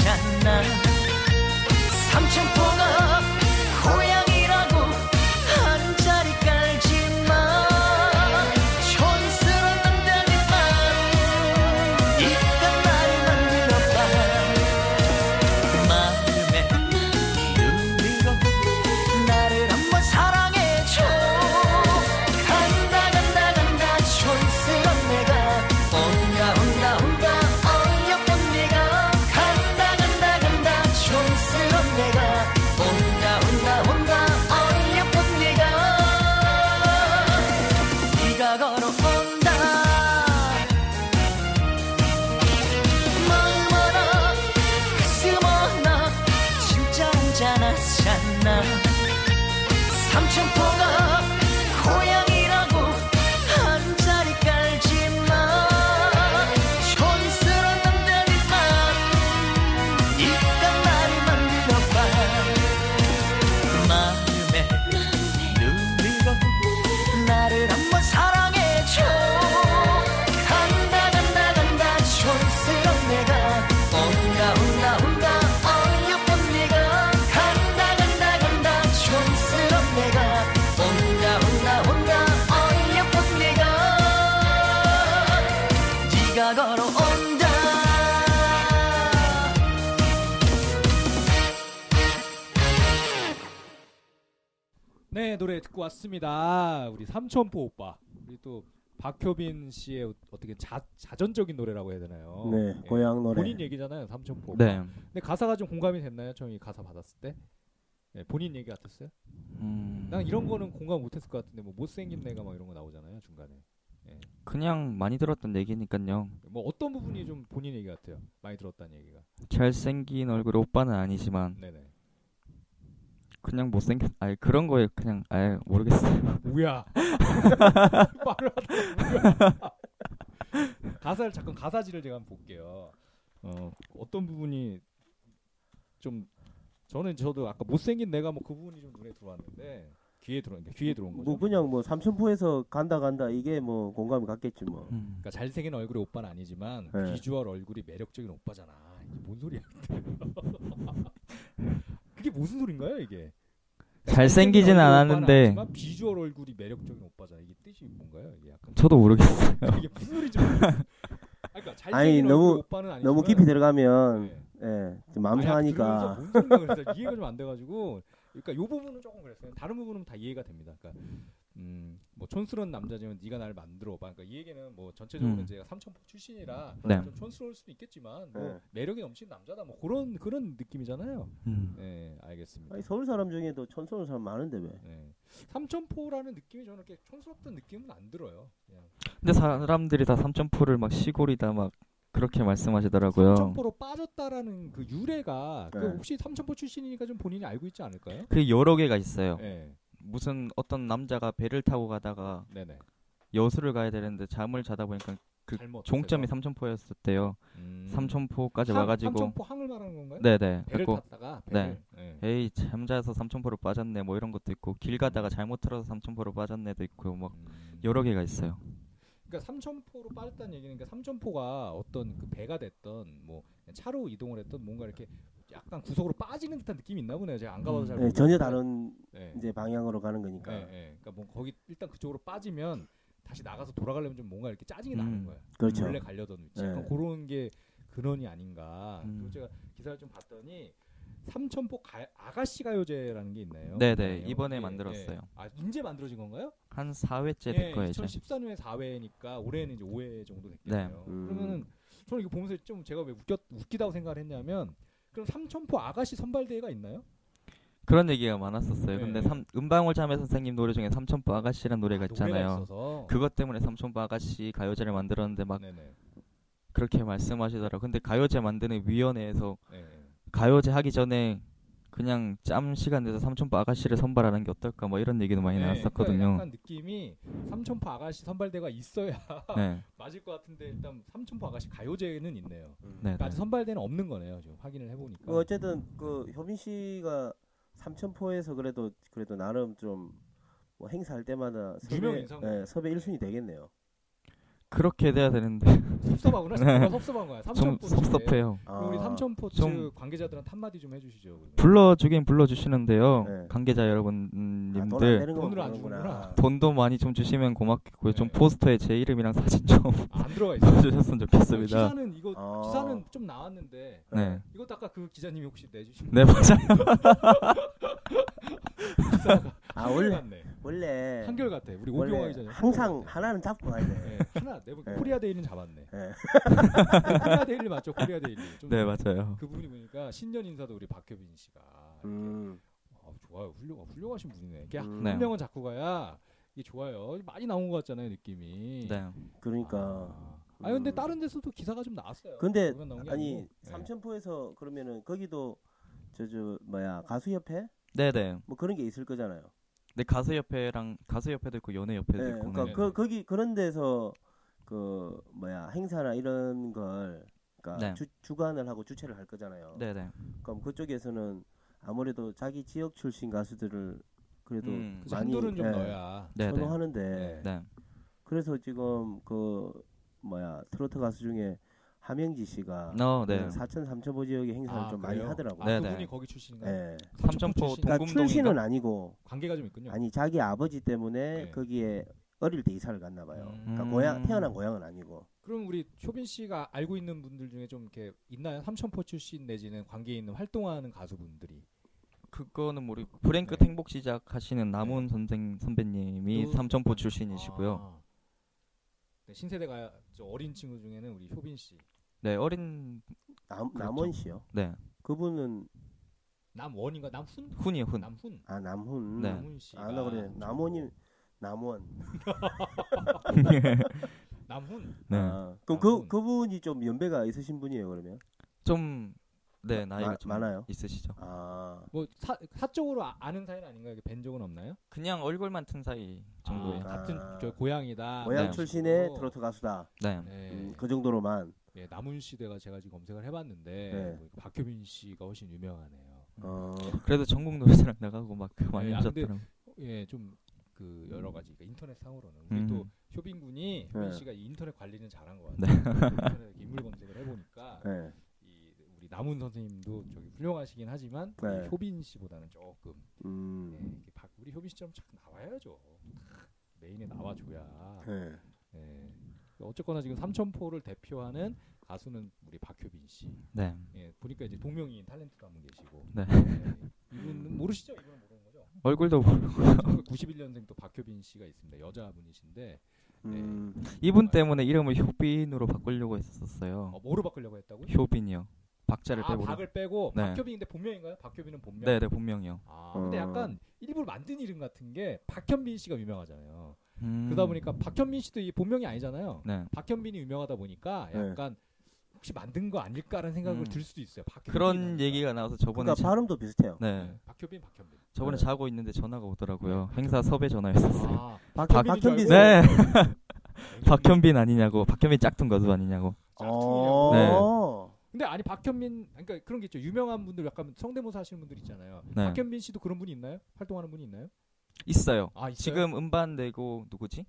만나 삼천포가 고향이라고 한 자리 깔지만 촌스러운 남자의 마음 이딴 날 만들어봐 마음에 눈비로 나를 한번 사랑해줘 간다 간다 간다 촌스러운 내가 온다 온다 온다 어렵던 내가 간다 간다 간다 촌스러운 내가 온다 온다 온다 어렵던 내가 네가 걸어온다 마음 하나 가슴 하나 진짜 혼자 나잖아 삼천포가 고향이라고 한 자리 깔지만 촌스러운 남자의 마음 이딴 나를 만들어봐 마음에 눈물고 나를 한번 사랑해줘 간다 간다 간다 촌스러운 내가 온다 온다 온다 어여쁜 내가 간다 간다 간다 촌스러운 내가 온다 온다 온다 어여쁜 내가 네가 걸어온다 네 노래 듣고 왔습니다. 우리 삼천포 오빠 우리 또 박효빈 씨의 어- 어떻게 자, 자전적인 노래라고 해야 되나요? 네, 예. 고향 노래. 본인 얘기잖아요 삼천포. 오빠. 네. 근데 가사가 좀 공감이 됐나요? 처음 이 가사 받았을 때? 예, 본인 얘기 같았어요? 음, 난 이런 거는 공감 못했을 것 같은데 뭐 못생긴 내가 막 이런 거 나오잖아요 중간에. 그냥 많이 들었던 얘기니까요. 뭐 어떤 부분이 좀 본인 얘기 같아요? 많이 들었다는 얘기가. 잘생긴 얼굴의 오빠는 아니지만 네네. 그냥 못생긴 아니 그런 거에 그냥 아예 모르겠어요. 뭐야? 말을 하다 뭐야? 가사를 잠깐 가사지를 제가 한번 볼게요. 어 어떤 부분이 좀 저는 저도 아까 못생긴 내가 뭐 그 부분이 좀 눈에 들어왔는데 귀에 들어 귀에 들어온 거죠. 뭐 그냥 뭐 삼천포에서 간다 간다 이게 뭐 공감이 갔겠지 뭐. 음. 그러니까 잘생긴 얼굴의 오빠는 아니지만 네. 비주얼 얼굴이 매력적인 오빠잖아. 이게 뭔 소리야? 그게 무슨 소린가요 이게? 그러니까 잘생기진 얼굴의 오빠는 않았는데. 아니지만 비주얼 얼굴이 매력적인 오빠잖아. 이게 뜻이 뭔가요? 이게 약간 저도 모르겠어요. 이게 무슨 소리인지 모르겠어. 그러니까 잘생긴 아니, 얼굴의 너무- 오빠는 아니지만 너무 깊이 들어가면 네. 예, 좀 아니, 마음 들으면서 상하니까. 뭔 소린가 그래서 이해가 좀 안 돼가지고 그러니까 요 부분은 조금 그랬어요. 다른 부분은 다 이해가 됩니다. 그러니까 음뭐 촌스러운 남자지만 네가 나를 만들어봐. 그러니까 이 얘기는 뭐 전체적으로 음. 제가 삼천포 출신이라 네. 좀 촌스러울 수도 있겠지만 뭐 네. 매력이 넘치는 남자다 뭐 그런 그런 느낌이잖아요. 음. 네 알겠습니다. 아니, 서울 사람 중에도 천선울 사람 많은데 왜? 네. 삼천포라는 느낌이 저는 이렇게 촌스럽던 느낌은 안 들어요. 그냥 근데 사람들이 다 삼천포를 막 시골이다 막 그렇게 말씀하시더라고요. 삼천포로 빠졌다라는 그 유래가 그 네. 혹시 삼천포 출신이니까 좀 본인이 알고 있지 않을까요? 그게 여러 개가 있어요. 네, 무슨 어떤 남자가 배를 타고 가다가 네네. 여수를 가야 되는데 잠을 자다 보니까 그 잘못 종점이 삼천포였었대요. 음. 삼천포까지 함- 와가지고 삼천포 항을 말하는 건가요? 네네. 배를 그래갖고 탔다가 네. 배를. 네. 에이 잠자서 삼천포로 빠졌네 뭐 이런 것도 있고 길 가다가 잘못 틀어서 삼천포로 빠졌네도 있고 막 음. 여러 개가 있어요. 그러니까 삼천포로 빠졌다는 얘기는 그러니까 삼천포가 어떤 그 배가 됐던 뭐 차로 이동을 했던 뭔가 이렇게 약간 구석으로 빠지는 듯한 느낌이 있나 보네요. 제가 안 가봐서 잘 예, 모르겠는데. 전혀 다른 네. 이제 방향으로 가는 예, 거니까. 예. 그러니까 뭐 거기 일단 그쪽으로 빠지면 다시 나가서 돌아가려면 좀 뭔가 이렇게 짜증이 나는 음. 거야. 그렇죠. 원래 가려던 위치. 네. 약간 그런 게 근원이 아닌가. 음. 그리고 제가 기사를 좀 봤더니 삼천포 가, 아가씨 가요제라는 게 있나요? 네네, 그러네요. 이번에 예, 예. 만들었어요. 아 이제 만들어진 건가요? 한 4회째 예, 될 거예요 이제. 2014년에 4회니까 올해는 이제 5회 정도 됐겠네요. 네. 음. 그러면은 저는 이거 보면서 좀 제가 왜 웃겼, 웃기다고 생각을 했냐면 그럼 삼천포 아가씨 선발대회가 있나요? 그런 얘기가 많았었어요. 네. 근데 삼, 음방울 자매 선생님 노래 중에 삼천포 아가씨란 노래가 아, 노래가 있잖아요. 있어서. 그것 때문에 삼천포 아가씨 가요제를 만들었는데 막 네네. 그렇게 말씀하시더라고요. 근데 가요제 만드는 위원회에서 네. 가요제 하기 전에 그냥 짬 시간 내서 삼촌 아가씨를 선발하는 게 어떨까 뭐 이런 얘기도 많이 네, 그러니까 나왔었거든요. 약간 느낌이 삼천포 아가씨 선발대가 있어야 네, 맞을 것 같은데 일단 삼천포 아가씨 가요제는 있네요. 네, 그러니까 네. 아직 선발대는 없는 거네요. 지금 확인을 해보니까. 뭐, 그 어쨌든 그 효빈 씨가 삼천포에서 그래도 그래도 나름 좀뭐 행사할 때마다 섭외, 네, 유명 인상. 예, 섭외 1순위 되겠네요. 그렇게 돼야 되는데 섭섭하구나. 정말 섭섭한 거야. 좀 삼천포. 네. 섭섭해요. 아. 그럼 아. 아. 우리 삼천포츠 좀- 관계자들한테 한마디 좀 해주시죠. 그러면. 불러주긴 불러주시는데요. 네. 관계자 아, 돈안 여러분님들 되는 거 돈을 안 모르는구나. 돈도 많이 좀 주시면 고맙겠고요. 좀 네. 포스터에 제 이름이랑 사진 좀 아, 안 들어가 있어요. 주셨으면 좋겠습니다. 기사는 이거 아. 기사는 좀 나왔는데 네. 이것도 아까 그 기자님이 혹시 내주신 네, 맞아요. 아 원래 네 원래 한결 같아. 우리 네. 오경화 원래 기자님 항상 한결 같아. 하나는 잡고 가야 돼. 네, 하나 내보 네. 코리아 데일리는 잡았네. 네. 코리아 데일리 맞죠? 코리아 데일리. 좀 네, 맞아요. 그분이 보니까 신년 인사도 우리 박효빈 씨가 음, 아, 좋아요. 훌륭 훌륭하신 분이네. 이게 음, 네. 한 명은 자꾸 가야 이게 좋아요. 많이 나온 것 같잖아요, 느낌이. 네. 그러니까. 아 아니, 근데 음. 다른 데서도 기사가 좀 나왔어요. 근데 저희만 나온 게 아니 아니고. 네. 삼천포에서 그러면은 거기도 저 저 뭐야 가수협회 네, 네. 뭐 그런 게 있을 거잖아요. 네, 가수 협회랑 가수 협회도 있고 연애 협회도 네, 있고. 그러니까 네. 그 거기 그런 데서 그 뭐야 행사나 이런 걸 그러니까 네. 주, 주관을 하고 주최를 할 거잖아요. 네, 네. 그럼 그쪽에서는 아무래도 자기 지역 출신 가수들을 그래도 음. 그 많이 정도는 좀 예, 넣어야. 네, 네. 선호하는데 네. 네. 그래서 지금 그 뭐야 트로트 가수 중에 함영지 씨가 그 어, 네. 사천 삼천포 지역의 행사를 아, 좀 그래요? 많이 하더라고. 아, 요 네, 그분이 네. 거기 출신인가요? 예. 삼천포 출신. 그러니까 동궁동인가? 출신은 아니고 관계가 좀 있군요. 아니 자기 아버지 때문에 네. 거기에 어릴 때 이사를 갔나 봐요. 음. 그러니까 음. 고향 태어난 고향은 아니고. 그럼 우리 효빈 씨가 알고 있는 분들 중에 좀 이렇게 있나요? 삼천포 출신 내지는 관계 있는 활동하는 가수분들이. 그거는 모르고 브랭 끝 네. 행복 시작하시는 네. 남훈 선생 선배님이 또- 삼천포 출신이시고요. 아. 네, 신세대가 저 어린 친구 중에는 우리 효빈 씨, 네, 어린 남, 그렇죠. 남원 씨요. 네. 그분은 남원인가 남훈? 훈이요, 훈. 남훈. 아 남훈. 네. 남훈 씨가. 아, 나 그래. 남원이 남원. 남훈. 네. 아, 남훈. 그럼 그 그분이 좀 연배가 있으신 분이에요, 그러면? 좀 네, 마- 나이가 마- 좀 많아요? 있으시죠. 아. 뭐 사, 사적으로 아, 아는 사이는 아닌가요? 이게 뵌 적은 없나요? 그냥 얼굴만 튼 사이 정도예요. 아, 같은 아. 저 고향이다. 고향 네. 출신의 식으로. 트로트 가수다. 네. 네. 음, 그 정도로만. 예, 남훈 씨대가 제가 지금 검색을 해봤는데 네. 뭐 박효빈 씨가 훨씬 유명하네요. 어. 그래도 전국 노래자랑 나가고 막 많이 네, 아, 근데- 하셨더라고요. 예, 좀 그 여러 가지 그러니까 인터넷 상으로는 우리 음. 네. 또 효빈 군이 효빈 네. 씨가 이 인터넷 관리는 잘한 것 같아요. 인터넷 인물 검색을 해보니까 네. 이 우리 남훈 선생님도 저기 훌륭하시긴 하지만 우리 네. 효빈 씨보다는 조금 예, 음. 이렇게 박- 우리 효빈 씨처럼 착 나와야죠. 메인에 나와줘야. 네. 예. 어쨌거나 지금 삼천포를 대표하는 가수는 우리 박효빈 씨. 네. 예, 보니까 이제 동명이인 탤런트도 한 분 계시고. 네. 예, 이분은 모르시죠? 이분은 모르는 거죠. 얼굴도 모르고 1991년생 또 박효빈 씨가 있습니다. 여자분이신데 음. 이분 때문에 이름을 효빈으로 바꾸려고 했었어요. 어, 뭐로 바꾸려고 했다고요? 효빈이요. 박자를 아, 빼고. 박을 빼고 네. 박효빈인데 본명인가요? 박효빈은 본명. 네, 네, 본명이요. 아, 근데 어. 약간 일부러 만든 이름 같은 게 박현빈 씨가 유명하잖아요. 음. 그러다 보니까 박현빈 씨도 이 본명이 아니잖아요. 네. 박현빈이 유명하다 보니까 네. 약간 혹시 만든 거 아닐까라는 생각을 음. 들 수도 있어요. 박현빈이 그런 아닐까. 얘기가 나와서 저번에 그러니까 지- 발음도 비슷해요. 네. 네. 박효빈, 박현빈. 저번에 네. 자고 있는데 전화가 오더라고요. 행사 섭외 전화였었어요. 아, 박- 박현빈인 줄 알고 네. 굉장히 박현빈 아니냐고. 박현빈 짝퉁 가수 아니냐고. 짝퉁이냐고. 네. 어. 근데 아니 박현빈 그러니까 그런 게 있죠. 유명한 분들 약간 성대모사 하시는 분들 있잖아요. 네. 박현빈 씨도 그런 분이 있나요? 활동하는 분이 있나요? 있어요. 아 있어요? 지금 음반 내고 누구지?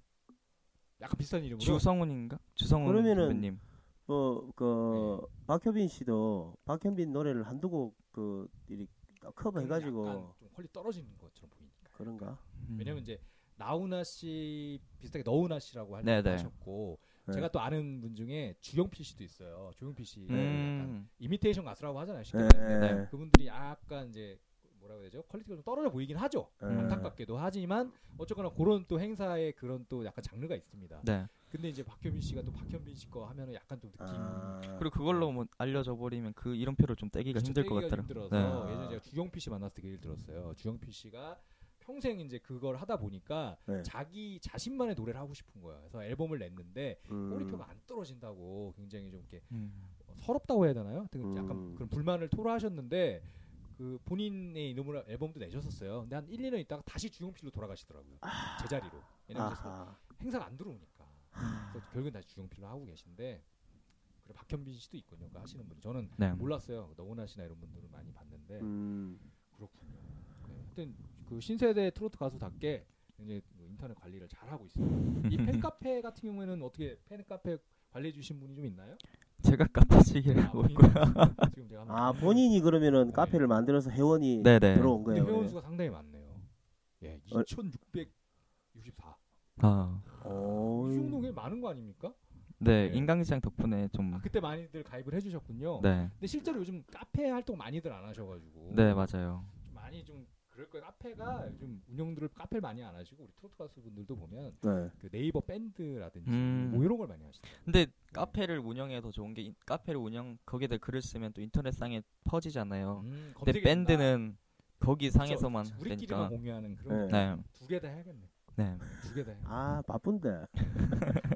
약간 비슷한 이름으로 주성훈인가? 주성훈 그러면은- 선배님. 어, 그 박효빈 씨도 박현빈 노래를 한두 곡그 이 그러니까. 커버 해 가지고 약간 좀 퀄리 떨어지는 것처럼 보이니까. 그런가? 음. 왜냐면 이제 나훈아 씨 비슷하게 너훈아 씨라고 할- 네네. 하셨고 네. 제가 또 아는 분 중에 주영필 씨도 있어요. 주영필 씨 약간 음. 이미테이션 가수라고 하잖아요. 쉽게 예, 말해서. 예, 네. 그분들이 약간 이제 뭐라고 해야 되죠? 퀄리티가 좀 떨어져 보이긴 하죠. 예. 안타깝게도 하지만 어쨌거나 그런 또 행사의 그런 또 약간 장르가 있습니다. 네. 근데 이제 박효빈 씨가 또 박현빈 씨 거 하면은 약간 또 느낌 이 아. 그리고 그걸로 뭐 알려져 버리면 그 이름표를 좀 떼기가 힘들 것 같더라. 네. 힘들어서 네. 예전에 제가 주영필 씨 만났을 때 그 얘기를 들었어요. 주영필 씨가 평생 이제 그걸 하다 보니까 네. 자기 자신만의 노래를 하고 싶은 거예요. 그래서 앨범을 냈는데 음. 꼬리표가 안 떨어진다고 굉장히 좀 이렇게 음. 서럽다고 해야 되나요? 하여튼 약간 음. 그런 불만을 토로하셨는데 그 본인의 이름으로 앨범도 내셨었어요. 근데 한 1, 2년 있다가 다시 주영필로 돌아가시더라고요. 제자리로. 왜냐면 이제 아하. 아. 행사가 안 들어오니까. 그래서 결국엔 다시 주영필로 하고 계신데 그래 박현빈 씨도 있군요. 그 하시는 분이 저는 네. 몰랐어요. 너구나 씨나 이런 분들은 많이 봤는데 네. 음. 그렇군요. 네. 하여튼 그 신세대 트로트 가수답게 이제 인터넷 관리를 잘하고 있어요. 이 팬카페 같은 경우에는 어떻게 팬카페 관리해 주신 분이 좀 있나요? 제가 카페식이를 하고 네, 본인이 있고요. 지금 제가 한번 아 본인이 그러면은 네. 카페를 만들어서 회원이 네네. 들어온 근데 거예요. 어, 회원 수가 상당히 많네요. 예, 얼- 2,664. 아, 오. 이 정도 꽤 많은 거 아닙니까? 네, 네. 인강시장 덕분에 좀 아, 그때 많이들 가입을 해주셨군요. 네, 근데 실제로 요즘 카페 활동 많이들 안 하셔가지고 네 맞아요. 좀 많이 좀 그럴 거예요. 카페가 요즘 운영들을 카페를 많이 안 하시고 우리 트로트 가수분들도 보면 네. 그 네이버 밴드라든지 음. 뭐 이런 걸 많이 하시죠. 근데 카페를 운영해서 좋은 게 인- 카페를 운영 거기에 다 글을 쓰면 또 인터넷상에 퍼지잖아요. 음, 어. 근데 검색이 된다. 밴드는 거기 상에서만 그렇죠. 우리끼리만 되니까. 공유하는 그런 네. 네, 두 개 다 해야겠네. 네. 두 개 다. 해야 아 바쁜데. 네.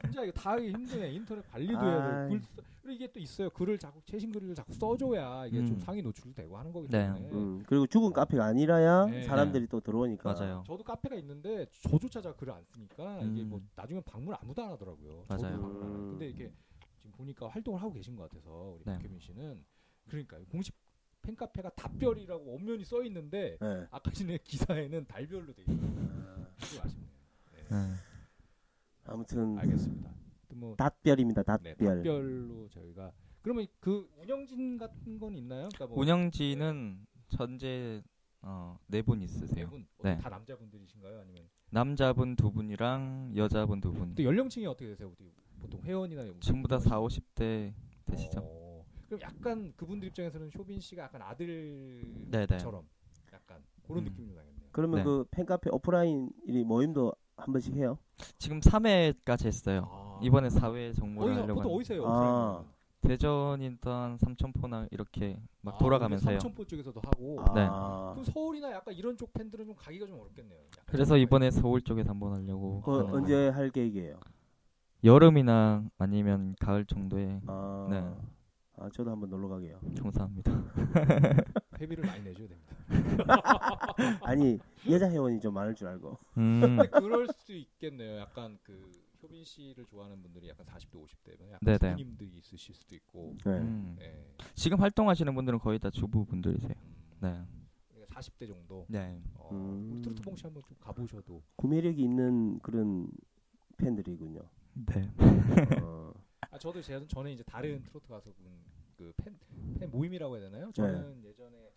진짜 이거 다 하기 힘드네. 인터넷 관리도 해야 돼. 아이. 글 쓰- 그리고 이게 또 있어요. 글을 자꾸 최신 글을 자꾸 써줘야 이게 좀 음. 상위 노출도 되고 하는 거기 네. 때문에. 음. 그리고 죽은 카페가 아니라야 네. 사람들이 또 들어오니까. 맞아요. 저도 카페가 있는데 저조차 제가 글을 안 쓰니까 이게 음. 뭐 나중에 방문 아무도 안 하더라고요. 맞아요. 저도 방문 안 해요. 음. 근데 이게 지금 보니까 활동을 하고 계신 것 같아서 우리 네. 박혜민 씨는 그러니까 공식 팬카페가 답별이라고 엄연히 써 있는데 네. 아까 전에 기사에는 달별로 돼 있어요. 그거 아쉽네요. 네. 네. 아무튼 알겠습니다. 또 뭐 닷별입니다. 네, 닷별. 답별로 저희가 그러면 그 운영진 같은 건 있나요? 그러니까 어. 뭐 운영진은 전제 어, 네분 있으세요. 네분 뭐 네. 다 남자분들이신가요? 아니면 남자분 두 분이랑 여자분 두 분. 또 연령층이 어떻게 되세요? 어떻게 보통 회원이나 이런 전부 다 분들 4, 50대 되시죠? 어, 그럼 약간 그분들 입장에서는 쇼빈 씨가 약간 네, 네. 아들처럼 약간 그런 음. 느낌이 나겠네요. 그러면 네. 그 팬카페 오프라인 이 모임도 한 번씩 해요. 지금 3회까지 했어요. 아. 이번에 4회 정보를 어디서 하려고 보통 하는데 어디서 해요? 아. 오프라인은? 대전 인턴 삼천포나 이렇게 막 아, 돌아가면서 해요. 삼천포 쪽에서도 하고 네. 아. 그럼 서울이나 약간 이런 쪽 팬들은 좀 가기가 좀 어렵겠네요. 약간 그래서 좀 이번에 서울 쪽에서 한번 하려고 어, 그 하는 거예요. 언제 할 계획이에요? 여름이나 아니면 가을 정도에 아. 네. 아 저도 한번 놀러 가게요. 감사합니다. 회비를 많이 내줘야 됩니다. 아니 여자 회원이 좀 많을 줄 알고. 음, 근데 그럴 수도 있겠네요. 약간 그 효빈 씨를 좋아하는 분들이 약간 40대 50대면 약간 네, 네. 부모님들이 있으실 수도 있고. 네. 음. 예. 지금 활동하시는 분들은 거의 다 주부분들이세요. 음, 네. 그러니까 40대 정도. 네. 어, 음. 우리 트로트 봉씨 한번 좀 가보셔도 구매력이 있는 그런 팬들이군요. 네. 어. 아 저도 제가 전에 이제 다른 트로트 가수분 그팬 팬 모임이라고 해야 되나요? 저는 예전에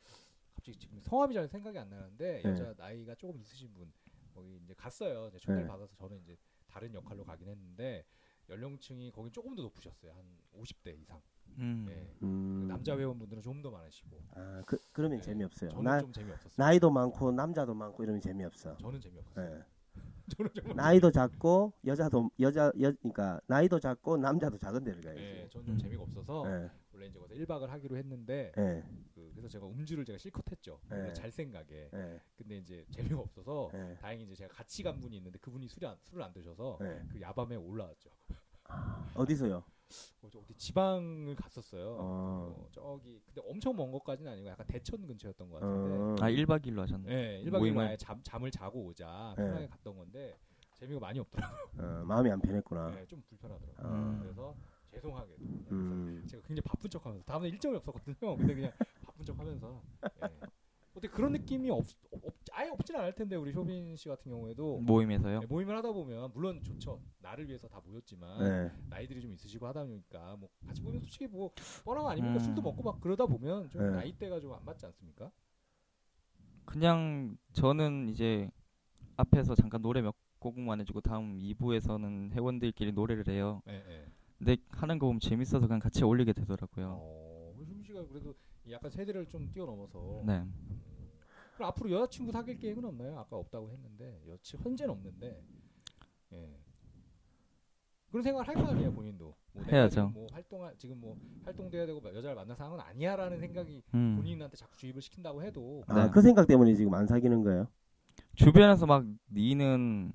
갑자기 지금 성함이 잘 생각이 안 나는데 네. 여자 나이가 조금 있으신 분 거기 이제 갔어요. 이제 초대를 네. 받아서 저는 이제 다른 역할로 가긴 했는데 연령층이 거긴 조금 더 높으셨어요. 한 50대 이상. 음. 예. 음. 남자 회원분들은 좀 더 많으시고 아, 그, 그러면 네. 재미없어요. 저는 나, 좀 재미없었어요. 나이도 많고 남자도 많고 이러면 재미없어. 저는 재미없었어요. 예. 저는 정말 나이도 작고 여자도 여자 여 그러니까 나이도 작고 남자도 작은 데를 가야지. 예, 예. 저는 좀 음. 재미가 없어서 예. 원래 이제 거기서 1박을 하기로 했는데 예. 그, 래서 제가 음주를 제가 실컷 했죠. 네. 원래 잘 생각에. 예. 근데 이제 재미가 없어서 예. 다행히 이제 제가 같이 간 분이 있는데 그분이 술이 안, 술을 안 네. 드셔서 그 야밤에 올라왔죠. 어디서요? 어, 저 어디 지방을 갔었어요. 어. 어, 저기 근데 엄청 먼 것까지는 아니고 약간 대천 근처였던 것 같은데. 어. 아, 1박 2일로 하셨네. 예, 1박 2일 모임을- 아예 잠, 잠을 자고 오자 네. 편하게 갔던 건데 재미가 많이 없더라고요. 어, 마음이 안 편했구나. 예, 좀 불편하더라고요. 어. 그래서 죄송하게도 네, 음. 제가 굉장히 바쁜 척하면서 다음날 일정이 없었거든요. 근데 그냥 바쁜 척하면서 예. 어떻게 그런 느낌이 없, 없 아예 없진 않을 텐데 우리 쇼빈 씨 같은 경우에도 모임에서요? 네, 모임을 하다 보면 물론 좋죠. 나를 위해서 다 모였지만 네. 나이들이 좀 있으시고 하다 보니까 뭐 같이 보면 솔직히 뭐 뻔한 거 아닙니까? 음. 술도 먹고 막 그러다 보면 좀 네. 나이대가 좀 안 맞지 않습니까? 그냥 저는 이제 앞에서 잠깐 노래 몇 곡만 해주고 다음 2부에서는 회원들끼리 노래를 해요. 예, 예. 근데 하는 거 보면 재밌어서 그냥 같이 올리게 되더라고요. 어, 효빈 씨가 그래도 약간 세대를 좀 뛰어넘어서 네. 그럼 앞으로 여자친구 사귈 계획은 없나요? 아까 없다고 했는데 여친 현재는 없는데 예. 그런 생각을 할 거 아니에요 본인도 뭐 내가 해야죠. 지금 뭐 활동할 지금 뭐 활동돼야 되고 여자를 만날 상황은 아니야라는 생각이 음. 본인한테 자꾸 주입을 시킨다고 해도 아, 네. 그 생각 때문에 지금 안 사귀는 거예요? 주변에서 막 니는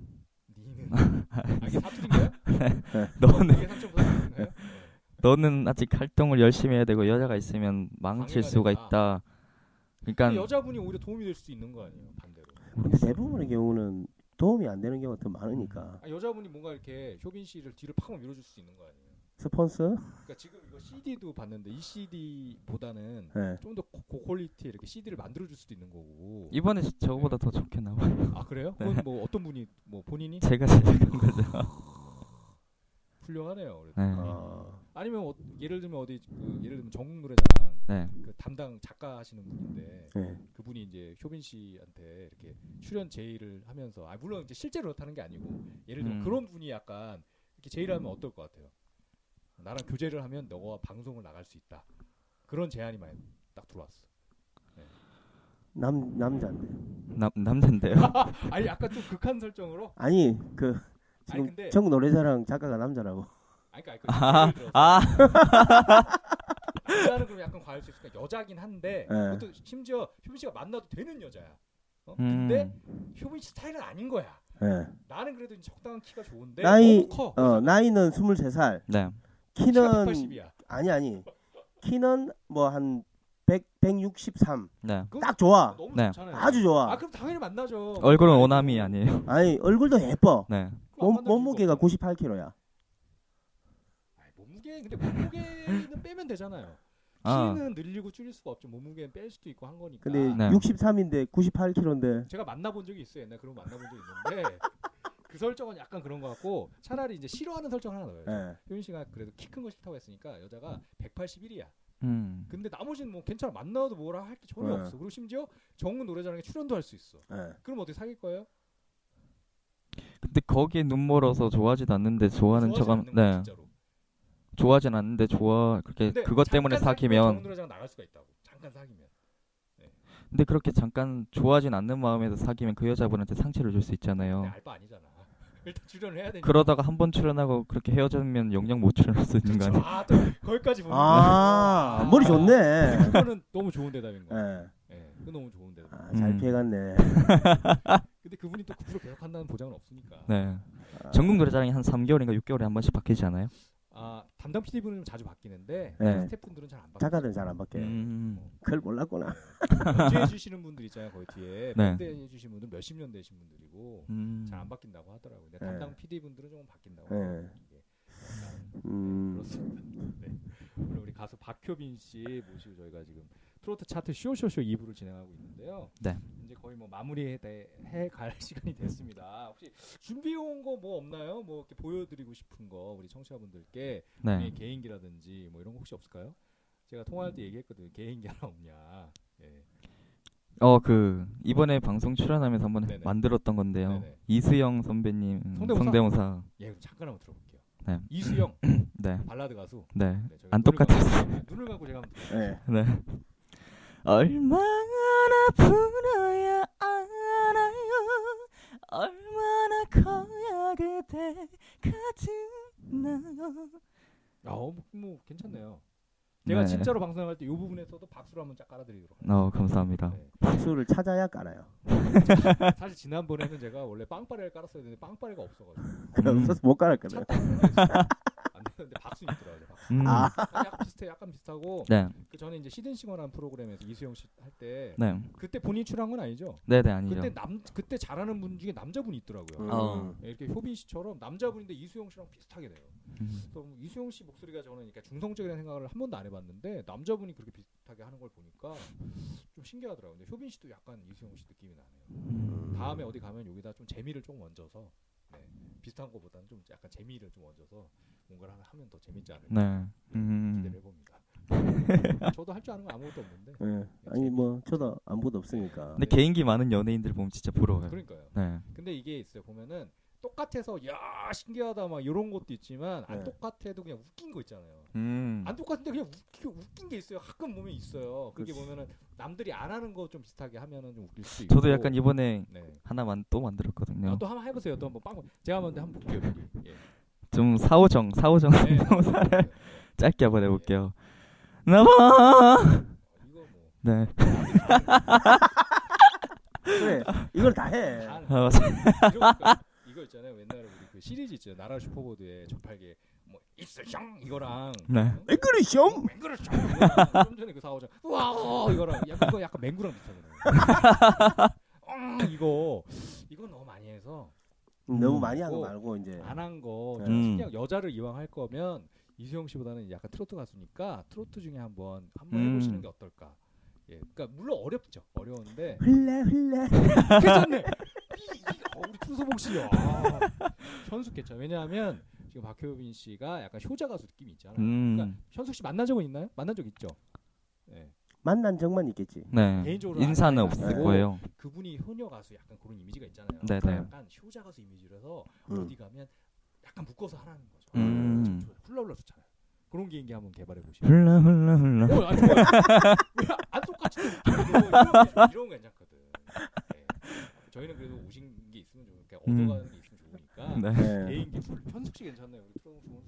니는 아, 이게 사투리인가요? 네. 네. 너는 이게 뭐 삼촌보다 나은가요? 네. 너는 아직 활동을 열심히 해야 되고 여자가 있으면 망칠 방해가 수가 된다. 있다. 근데 그러니까 여자분이 오히려 도움이 될 수도 있는 거 아니에요 반대로 근데 대부분의 경우는 도움이 안 되는 경우가 더 많으니까 음. 아, 여자분이 뭔가 이렇게 효빈 씨를 뒤를 팍 밀어줄 수도 있는 거 아니에요 스폰스? 그러니까 지금 이거 CD도 봤는데 이 CD보다는 네. 좀 더 고퀄리티 이렇게 CD를 만들어 줄 수도 있는 거고. 이번에 네. 시- 저거보다 더 좋게 나와요. 아 그래요? 그건 뭐 어떤 분이 뭐 본인이 제가 제작한 거죠. 훌륭하네요. 그래도. 네. 어. 아니면 어, 예를 들면 어디 그 예를 들면 정국 노래장 네. 그 담당 작가 하시는 분인데 네. 그분이 이제 효빈 씨한테 이렇게 출연 제의를 하면서 아 물론 이제 실제로 그렇다는 게 아니고 예를 들면 음. 그런 분이 약간 이렇게 제의를 하면 어떨 것 같아요? 나랑 교제를 하면 너가 방송을 나갈 수 있다. 그런 제안이 많이 딱 들어왔어. 남 남자인데. 남 남잔데요. 아니 약간 좀 극한 설정으로. 아니 그 아니 지금 근데 전국 노래자랑 작가가 남자라고. 아니 그러니까 아, 예를 들어서 아, 여자는 그럼 약간 과할 수 있으니까 여자긴 한데 예. 네, 그것도 심지어 효빈 씨가 만나도 되는 여자야. 어? 음, 근데 효빈 씨 스타일은 아닌 거야. 예. 나는 그래도 적당한 키가 좋은데 너무 나이- 커. 어 나이는 23살. 네. 키가 키는 180이야. 아니 아니. 키는 뭐 한 100, 163. 네. 딱 좋아. 너무 네. 좋잖아요. 아주 좋아. 아 그럼 당연히 만나죠. 얼굴은 오남이 아니에요. 아니 얼굴도 예뻐. 네. 뭐 몸, 몸무게가 90. 98kg야. 몸무게 근데 몸무게는 빼면 되잖아요. 아, 키는 늘리고 줄일 수가 없죠. 몸무게는 뺄 수도 있고 한 거니까. 근데 네. 63인데 98kg인데 제가 만나본 적이 있어요. 옛날 그런 거 만나본 적이 있는데 그 설정은 약간 그런 것 같고 차라리 이제 싫어하는 설정 하나 넣어요. 예. 효윤 씨가 그래도 키 큰 거 싫다고 했으니까 여자가 181이야. 음. 근데 나머지는 뭐 괜찮아 만나도 뭐라 할 게 전혀 네. 없어. 그리고 심지어 정우 노래자랑에 출연도 할 수 있어. 예. 그럼 어떻게 사귈 거예요? 근데 거기에 눈 멀어서 좋아하지도 않는데 좋아하는 좋아하지 척하면 않는 거야, 네. 진짜로. 좋아하진 않는데 좋아 그렇게 근데 그것 때문에 잠깐 사귀면 어. 정우 노래자랑 나갈 수가 있다고. 잠깐 사귀면. 근데 그렇게 잠깐 좋아하진 않는 마음에서 사귀면 그 여자분한테 상처를 줄 수 있잖아요. 근데 알바 아니잖아. 일단 출연을 해야 되니까. 그러다가 한 번 출연하고 그렇게 헤어지면 영영 못 출연할 수 있는 거 아니에요? 아, 또 거기까지 보는 아, 머리 좋네. 네. 예. 그거는 너무 좋은 대답인 거야. 예, 그거 너무 좋은 대답. 아, 잘 음. 피해갔네. 근데 그분이 또 그프로 계속 한다는 보장은 없으니까. 네. 전국 노래자랑이 한 3개월인가 6개월에 한 번씩 바뀌지 않아요? 아 담당 PD 분은 자주 바뀌는데 네. 스태프분들은 잘 안 바뀌. 작가들은 잘 안 예. 바뀌어요. 음. 그걸 몰랐구나. 연주 해주시는 분들 있잖아요, 거기 뒤에. 네. 그때 해주신 분들 몇십 년 되신 분들이고 음. 잘 안 바뀐다고 하더라고요. 근데 네. 담당 PD 분들은 조금 바뀐다고. 네. 하더라고요. 예. 약간 음, 그렇습니다. 네. 오늘 우리 가수 박효빈 씨 모시고 저희가 지금 트로트 차트 쇼쇼쇼 2부를 진행하고 있는데요. 네. 이제 거의 뭐 마무리해 갈 시간이 됐습니다. 혹시 준비해 온 거 뭐 없나요? 뭐 이렇게 보여드리고 싶은 거 우리 청취자분들께 우리 네. 개인기라든지 뭐 이런 거 혹시 없을까요? 제가 통화할 때 얘기했거든요. 개인기 하나 없냐. 예. 어, 그 이번에 방송 출연하면서 한번 네네. 만들었던 건데요. 네네. 이수영 선배님 성대모사? 성대모사. 예, 그럼 잠깐 한번 들어볼게요. 네. 이수영 네. 발라드 가수. 네. 네, 저희가 눈을 안 감고- 똑같았어. 눈을 감고 제가 한번 들어볼게요. 예. 네. 얼마나 불어야 알아요 얼마나 커야 그대 같나요 아, 어, 뭐, 뭐 괜찮네요. 제가 네. 진짜로 방송할 때 이 부분에서도 박수를 한번 쫙 깔아드리도록 하겠습니다. 어 감사합니다 네. 박수를 찾아야 깔아요. 사실 지난번에는 제가 원래 빵빠레를 깔았어야 되는데 빵빠레가 네. 없어가지고 그럼 서못 깔았거든. 찾다 보니까 안 되는데 박수 있더라고요. 박수. 음. 아. 아니, 약간 비슷해, 약간 비슷하고 네. 그 전에 이제 시든 싱어라는 프로그램에서 이수영 씨 할 때 네. 그때 본인 출연한 건 아니죠? 네네 아니죠 그때 남 그때 잘하는 분 중에 남자분이 음. 있더라고요. 어. 예, 이렇게 효빈 씨처럼 남자분인데 이수영 씨랑 비슷하게 돼요. 음. 그래서 뭐 이수영 씨 목소리가 저는 그러니까 중성적인 생각을 한 번도 안 해봤는데 남자분이 그렇게 비슷하게 하는 걸 보니까 좀 신기하더라고요. 근데 효빈 씨도 약간 이수영 씨 느낌이 나네요. 음. 다음에 어디 가면 여기다 좀 재미를 좀 얹어서 네, 비슷한 것보다는 좀 약간 재미를 좀 얹어서 뭔가를 하나 하면 더 재밌지 않을까 네. 기대를 음. 해봅니다. 저도 할 줄 아는 건 아무것도 없는데 예. 아니 뭐 저도 아무것도 없으니까. 근데 개인기 많은 연예인들 보면 진짜 부러워요 그러니까요. 네. 근데 이게 있어요. 보면은 똑같아서 야 신기하다 막 이런 것도 있지만 안 네. 똑같아도 그냥 웃긴 거 있잖아요. 음. 안 똑같은데 그냥 웃기, 웃긴 게 있어요. 가끔 보면 있어요. 그게 그렇지. 보면은 남들이 안 하는 거 좀 비슷하게 하면은 좀 웃길 수 있고. 저도 약간 이번에 네. 네. 하나만 또 만들었거든요 아, 또 한번 해보세요. 또 한번 빵. 제가 한번 한번 볼게요. 여기. 예. 좀 사오정 사오정 네. 어, 성대모사를 짧게 한번 해볼게요 나봐 이거 뭐. 네 그래. 이걸 다 해. 다 하는 아, 이런 거. 이거 있잖아요. 옛날에 우리 그 시리즈 있죠. 나라 슈퍼보드의 저팔계 뭐 있으숑 이거랑. 어, 네. 왜 그러시오? 맹구를 숑. 이거랑 좀 전에 그 사오정. 와우 이거랑 약간 이거 약간 맹구랑 비슷하거든요. 음, 이거 이거 너무 많이 해서 너무 많이 한 거 음. 말고 이제. 안 한 거 네. 좀 음. 특이한 여자를 이왕 할 거면 이수영 씨보다는 약간 트로트 가수니까 트로트 중에 한번 한번 음. 해보시는 게 어떨까. 예, 그러니까 물론 어렵죠. 어려운데 흘레 흘레 괜찮네. 이- 이거 우리 투소복 씨, 아, 현숙 괜찮아. 왜냐하면 지금 박효빈 씨가 약간 효자 가수 느낌이 있잖아요. 그러니까 음. 현숙 씨 만난 적은 있나요? 만난 적 있죠. 예. 만난 적만 있겠지. 네. 개인적으로 인사는 아는 없을 아니고. 거예요. 그분이 효녀 가수 약간 그런 이미지가 있잖아요. 네네. 약간 효자 가수 이미지라서 음. 어디 가면 약간 묶어서 하라는 거죠. 음. 좀 좋아요. 훌라훌라 좋잖아요. 그런 개인기 한번 개발해 보시면. 흘러 흘러 흘러. 어, 아니, 뭐야. 뭐야, 안 똑같이 느끼고 이런 게- 이런 거 괜찮거든. 네. 저희는 그래도 오신 게 있으면 좋으니까 음. 얻어가는 게 있으면 좋으니까 네. 네. 개인기 훌- 현숙 씨 괜찮나요? 우리 트롱 좋은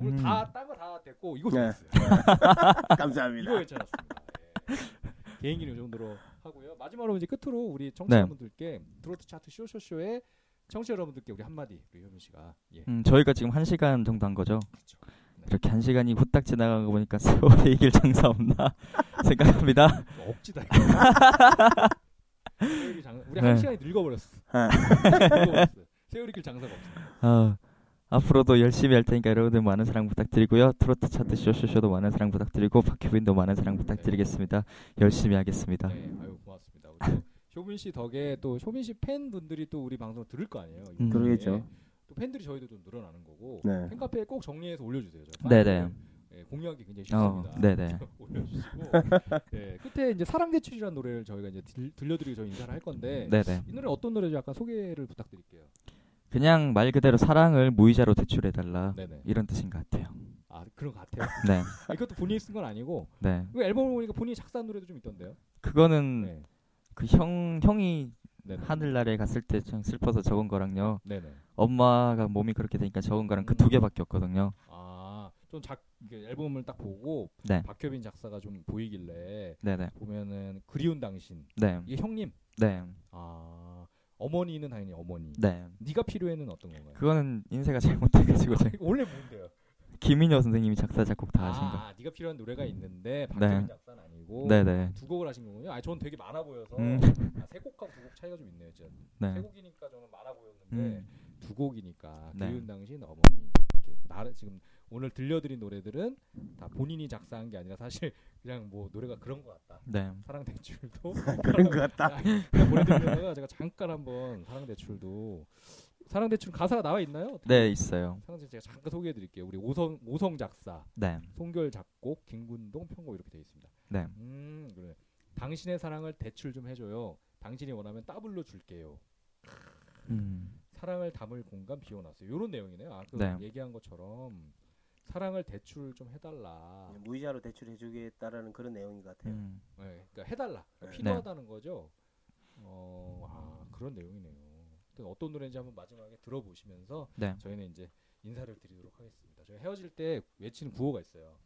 오늘 음. 다딴거다 됐고 이거 네. 좋았어요. 이거 감사합니다. 괜찮았습니다. 예. 개인기는 이 정도로 하고요. 마지막으로 이제 끝으로 우리 청취자분들께 트로트 차트 쇼쇼쇼의 청취자 여러분들께 우리 한마디 우리 효민 씨가 예. 음, 저희가 지금 한 시간 정도 한 거죠. 그렇죠. 이렇게 한 시간이 후딱 지나간 거 보니까 세월이 이길 장사 없나 생각합니다. 뭐 억지다. 이거. 세월이 장 우리 한 네. 시간이 늙어버렸어. 아. 늙어버렸어. 세월이길 장사가 없어. 아, 앞으로도 열심히 할 테니까 여러분들 많은 사랑 부탁드리고요. 트로트 차트 쇼쇼쇼도 많은 사랑 부탁드리고 박효빈도 많은 사랑 부탁드리겠습니다. 열심히 하겠습니다. 네, 아유 고맙습니다. 우리 또 효민 씨 덕에 또 효민 씨 팬분들이 또 우리 방송 을 들을 거 아니에요. 음. 그러겠죠. 또 팬들이 저희도 좀 늘어나는 거고 네. 팬카페에 꼭 정리해서 올려주세요. 저희 네네. 예, 공유하기 굉장히 어, 쉽습니다. 네네. 올려주시고 예, 끝에 이제 사랑대출이라는 노래를 저희가 이제 들, 들려드리고 저희 인사를 할 건데 네네. 이 노래 어떤 노래죠? 약간 소개를 부탁드릴게요. 그냥 말 그대로 사랑을 무이자로 대출해달라 네네. 이런 뜻인 것 같아요. 아 그런 것 같아요. 네, 이것도 본인이 쓴 건 아니고 네. 그 앨범을 보니까 본인이 작사한 노래도 좀 있던데요. 그거는 네. 그 형 형이 네네. 음, 하늘나라에 갔을 때 참 슬퍼서 적은 거랑요. 네네. 엄마가 몸이 그렇게 되니까 적은 거랑 음. 그 두 개밖에 없거든요. 아좀작 앨범을 딱 보고 네. 박효빈 작사가 좀 보이길래 네네. 보면은 그리운 당신 네. 이게 형님 네. 아 어머니는 당연히 어머니 네. 네가 필요해는 어떤 건가요? 그거는 인쇄가 잘못돼가지고 제가 이거 원래 뭔데요? 김인여 선생님이 작사 작곡 다 하신 거. 음. 아, 네가 필요한 노래가 있는데 박재민 네. 작사는 아니고 네네. 두 곡을 하신 거군요. 아, 저는 되게 많아 보여서 음. 아, 세 곡하고 두 곡 차이가 좀 있네요. 진짜. 세 네. 곡이니까 저는 많아 보였는데 음. 두 곡이니까 네. 그리운 당신 어머니 이렇게 나를 지금 오늘 들려드린 노래들은 다 본인이 작사한 게 아니라 사실 그냥 뭐 노래가 그런 것 같다. 네. 사랑 대출도 그런 것 같다. 아, 그냥 보내드리려다가 제가 잠깐 한번 사랑 대출도 사랑 대출 가사가 나와 있나요? 어떻게? 네 있어요. 사랑 대출 제가 잠깐 소개해드릴게요. 우리 오성 오성 작사 네. 송결 작곡 김군동 편곡 이렇게 되어 있습니다. 네. 음 그래. 당신의 사랑을 대출 좀 해줘요. 당신이 원하면 따블로 줄게요. 음. 사랑을 담을 공간 비워놨어요. 이런 내용이네요. 아까 그 네. 얘기한 것처럼 사랑을 대출 좀 해달라. 무이자로 대출해주겠다라는 그런 내용인 것 같아요. 음. 네, 그러니까 해달라. 그러니까 네. 필요하다는 거죠. 어, 아 그런 내용이네요. 하여튼 어떤 노래인지 한번 마지막에 들어보시면서 네. 저희는 이제 인사를 드리도록 하겠습니다. 저희 헤어질 때 외치는 구호가 있어요.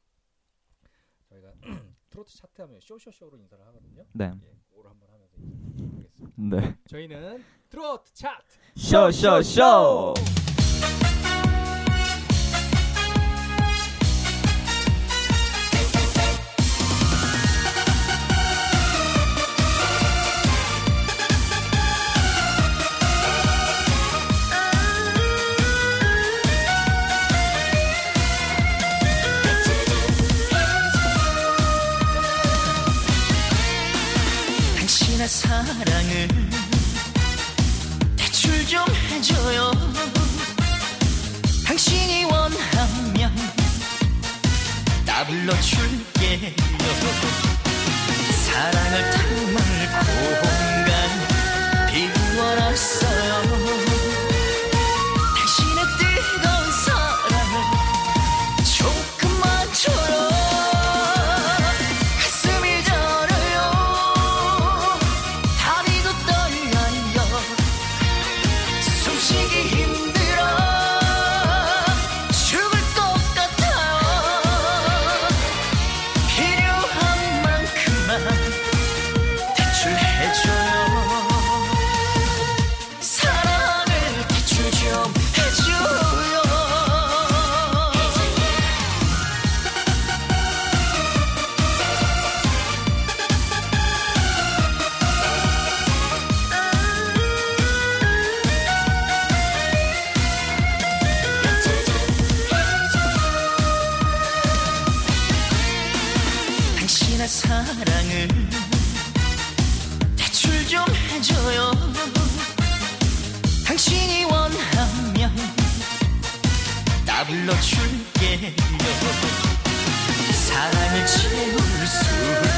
저희가 트로트 차트 하면 쇼쇼쇼로 인사를 하거든요. 네. 예, 그거를 한번 하면서 인사드리도록 하겠습니다. 네. 저희는 트로트 차트 쇼쇼쇼. 당신의 사랑을 대출 좀 해줘요 당신이 원하면 따블로 줄게요 사랑을 탐을 공간 비워놨어요 당신의 뜨거운 사랑을 조금만 줘요 가슴이 저려요 다리도 떨려요 숨쉬기 힘들어 죽을 것 같아요 필요한 사랑을 대출 좀 해줘요 당신이 원하면 따블로 줄게요 사랑을 채울 수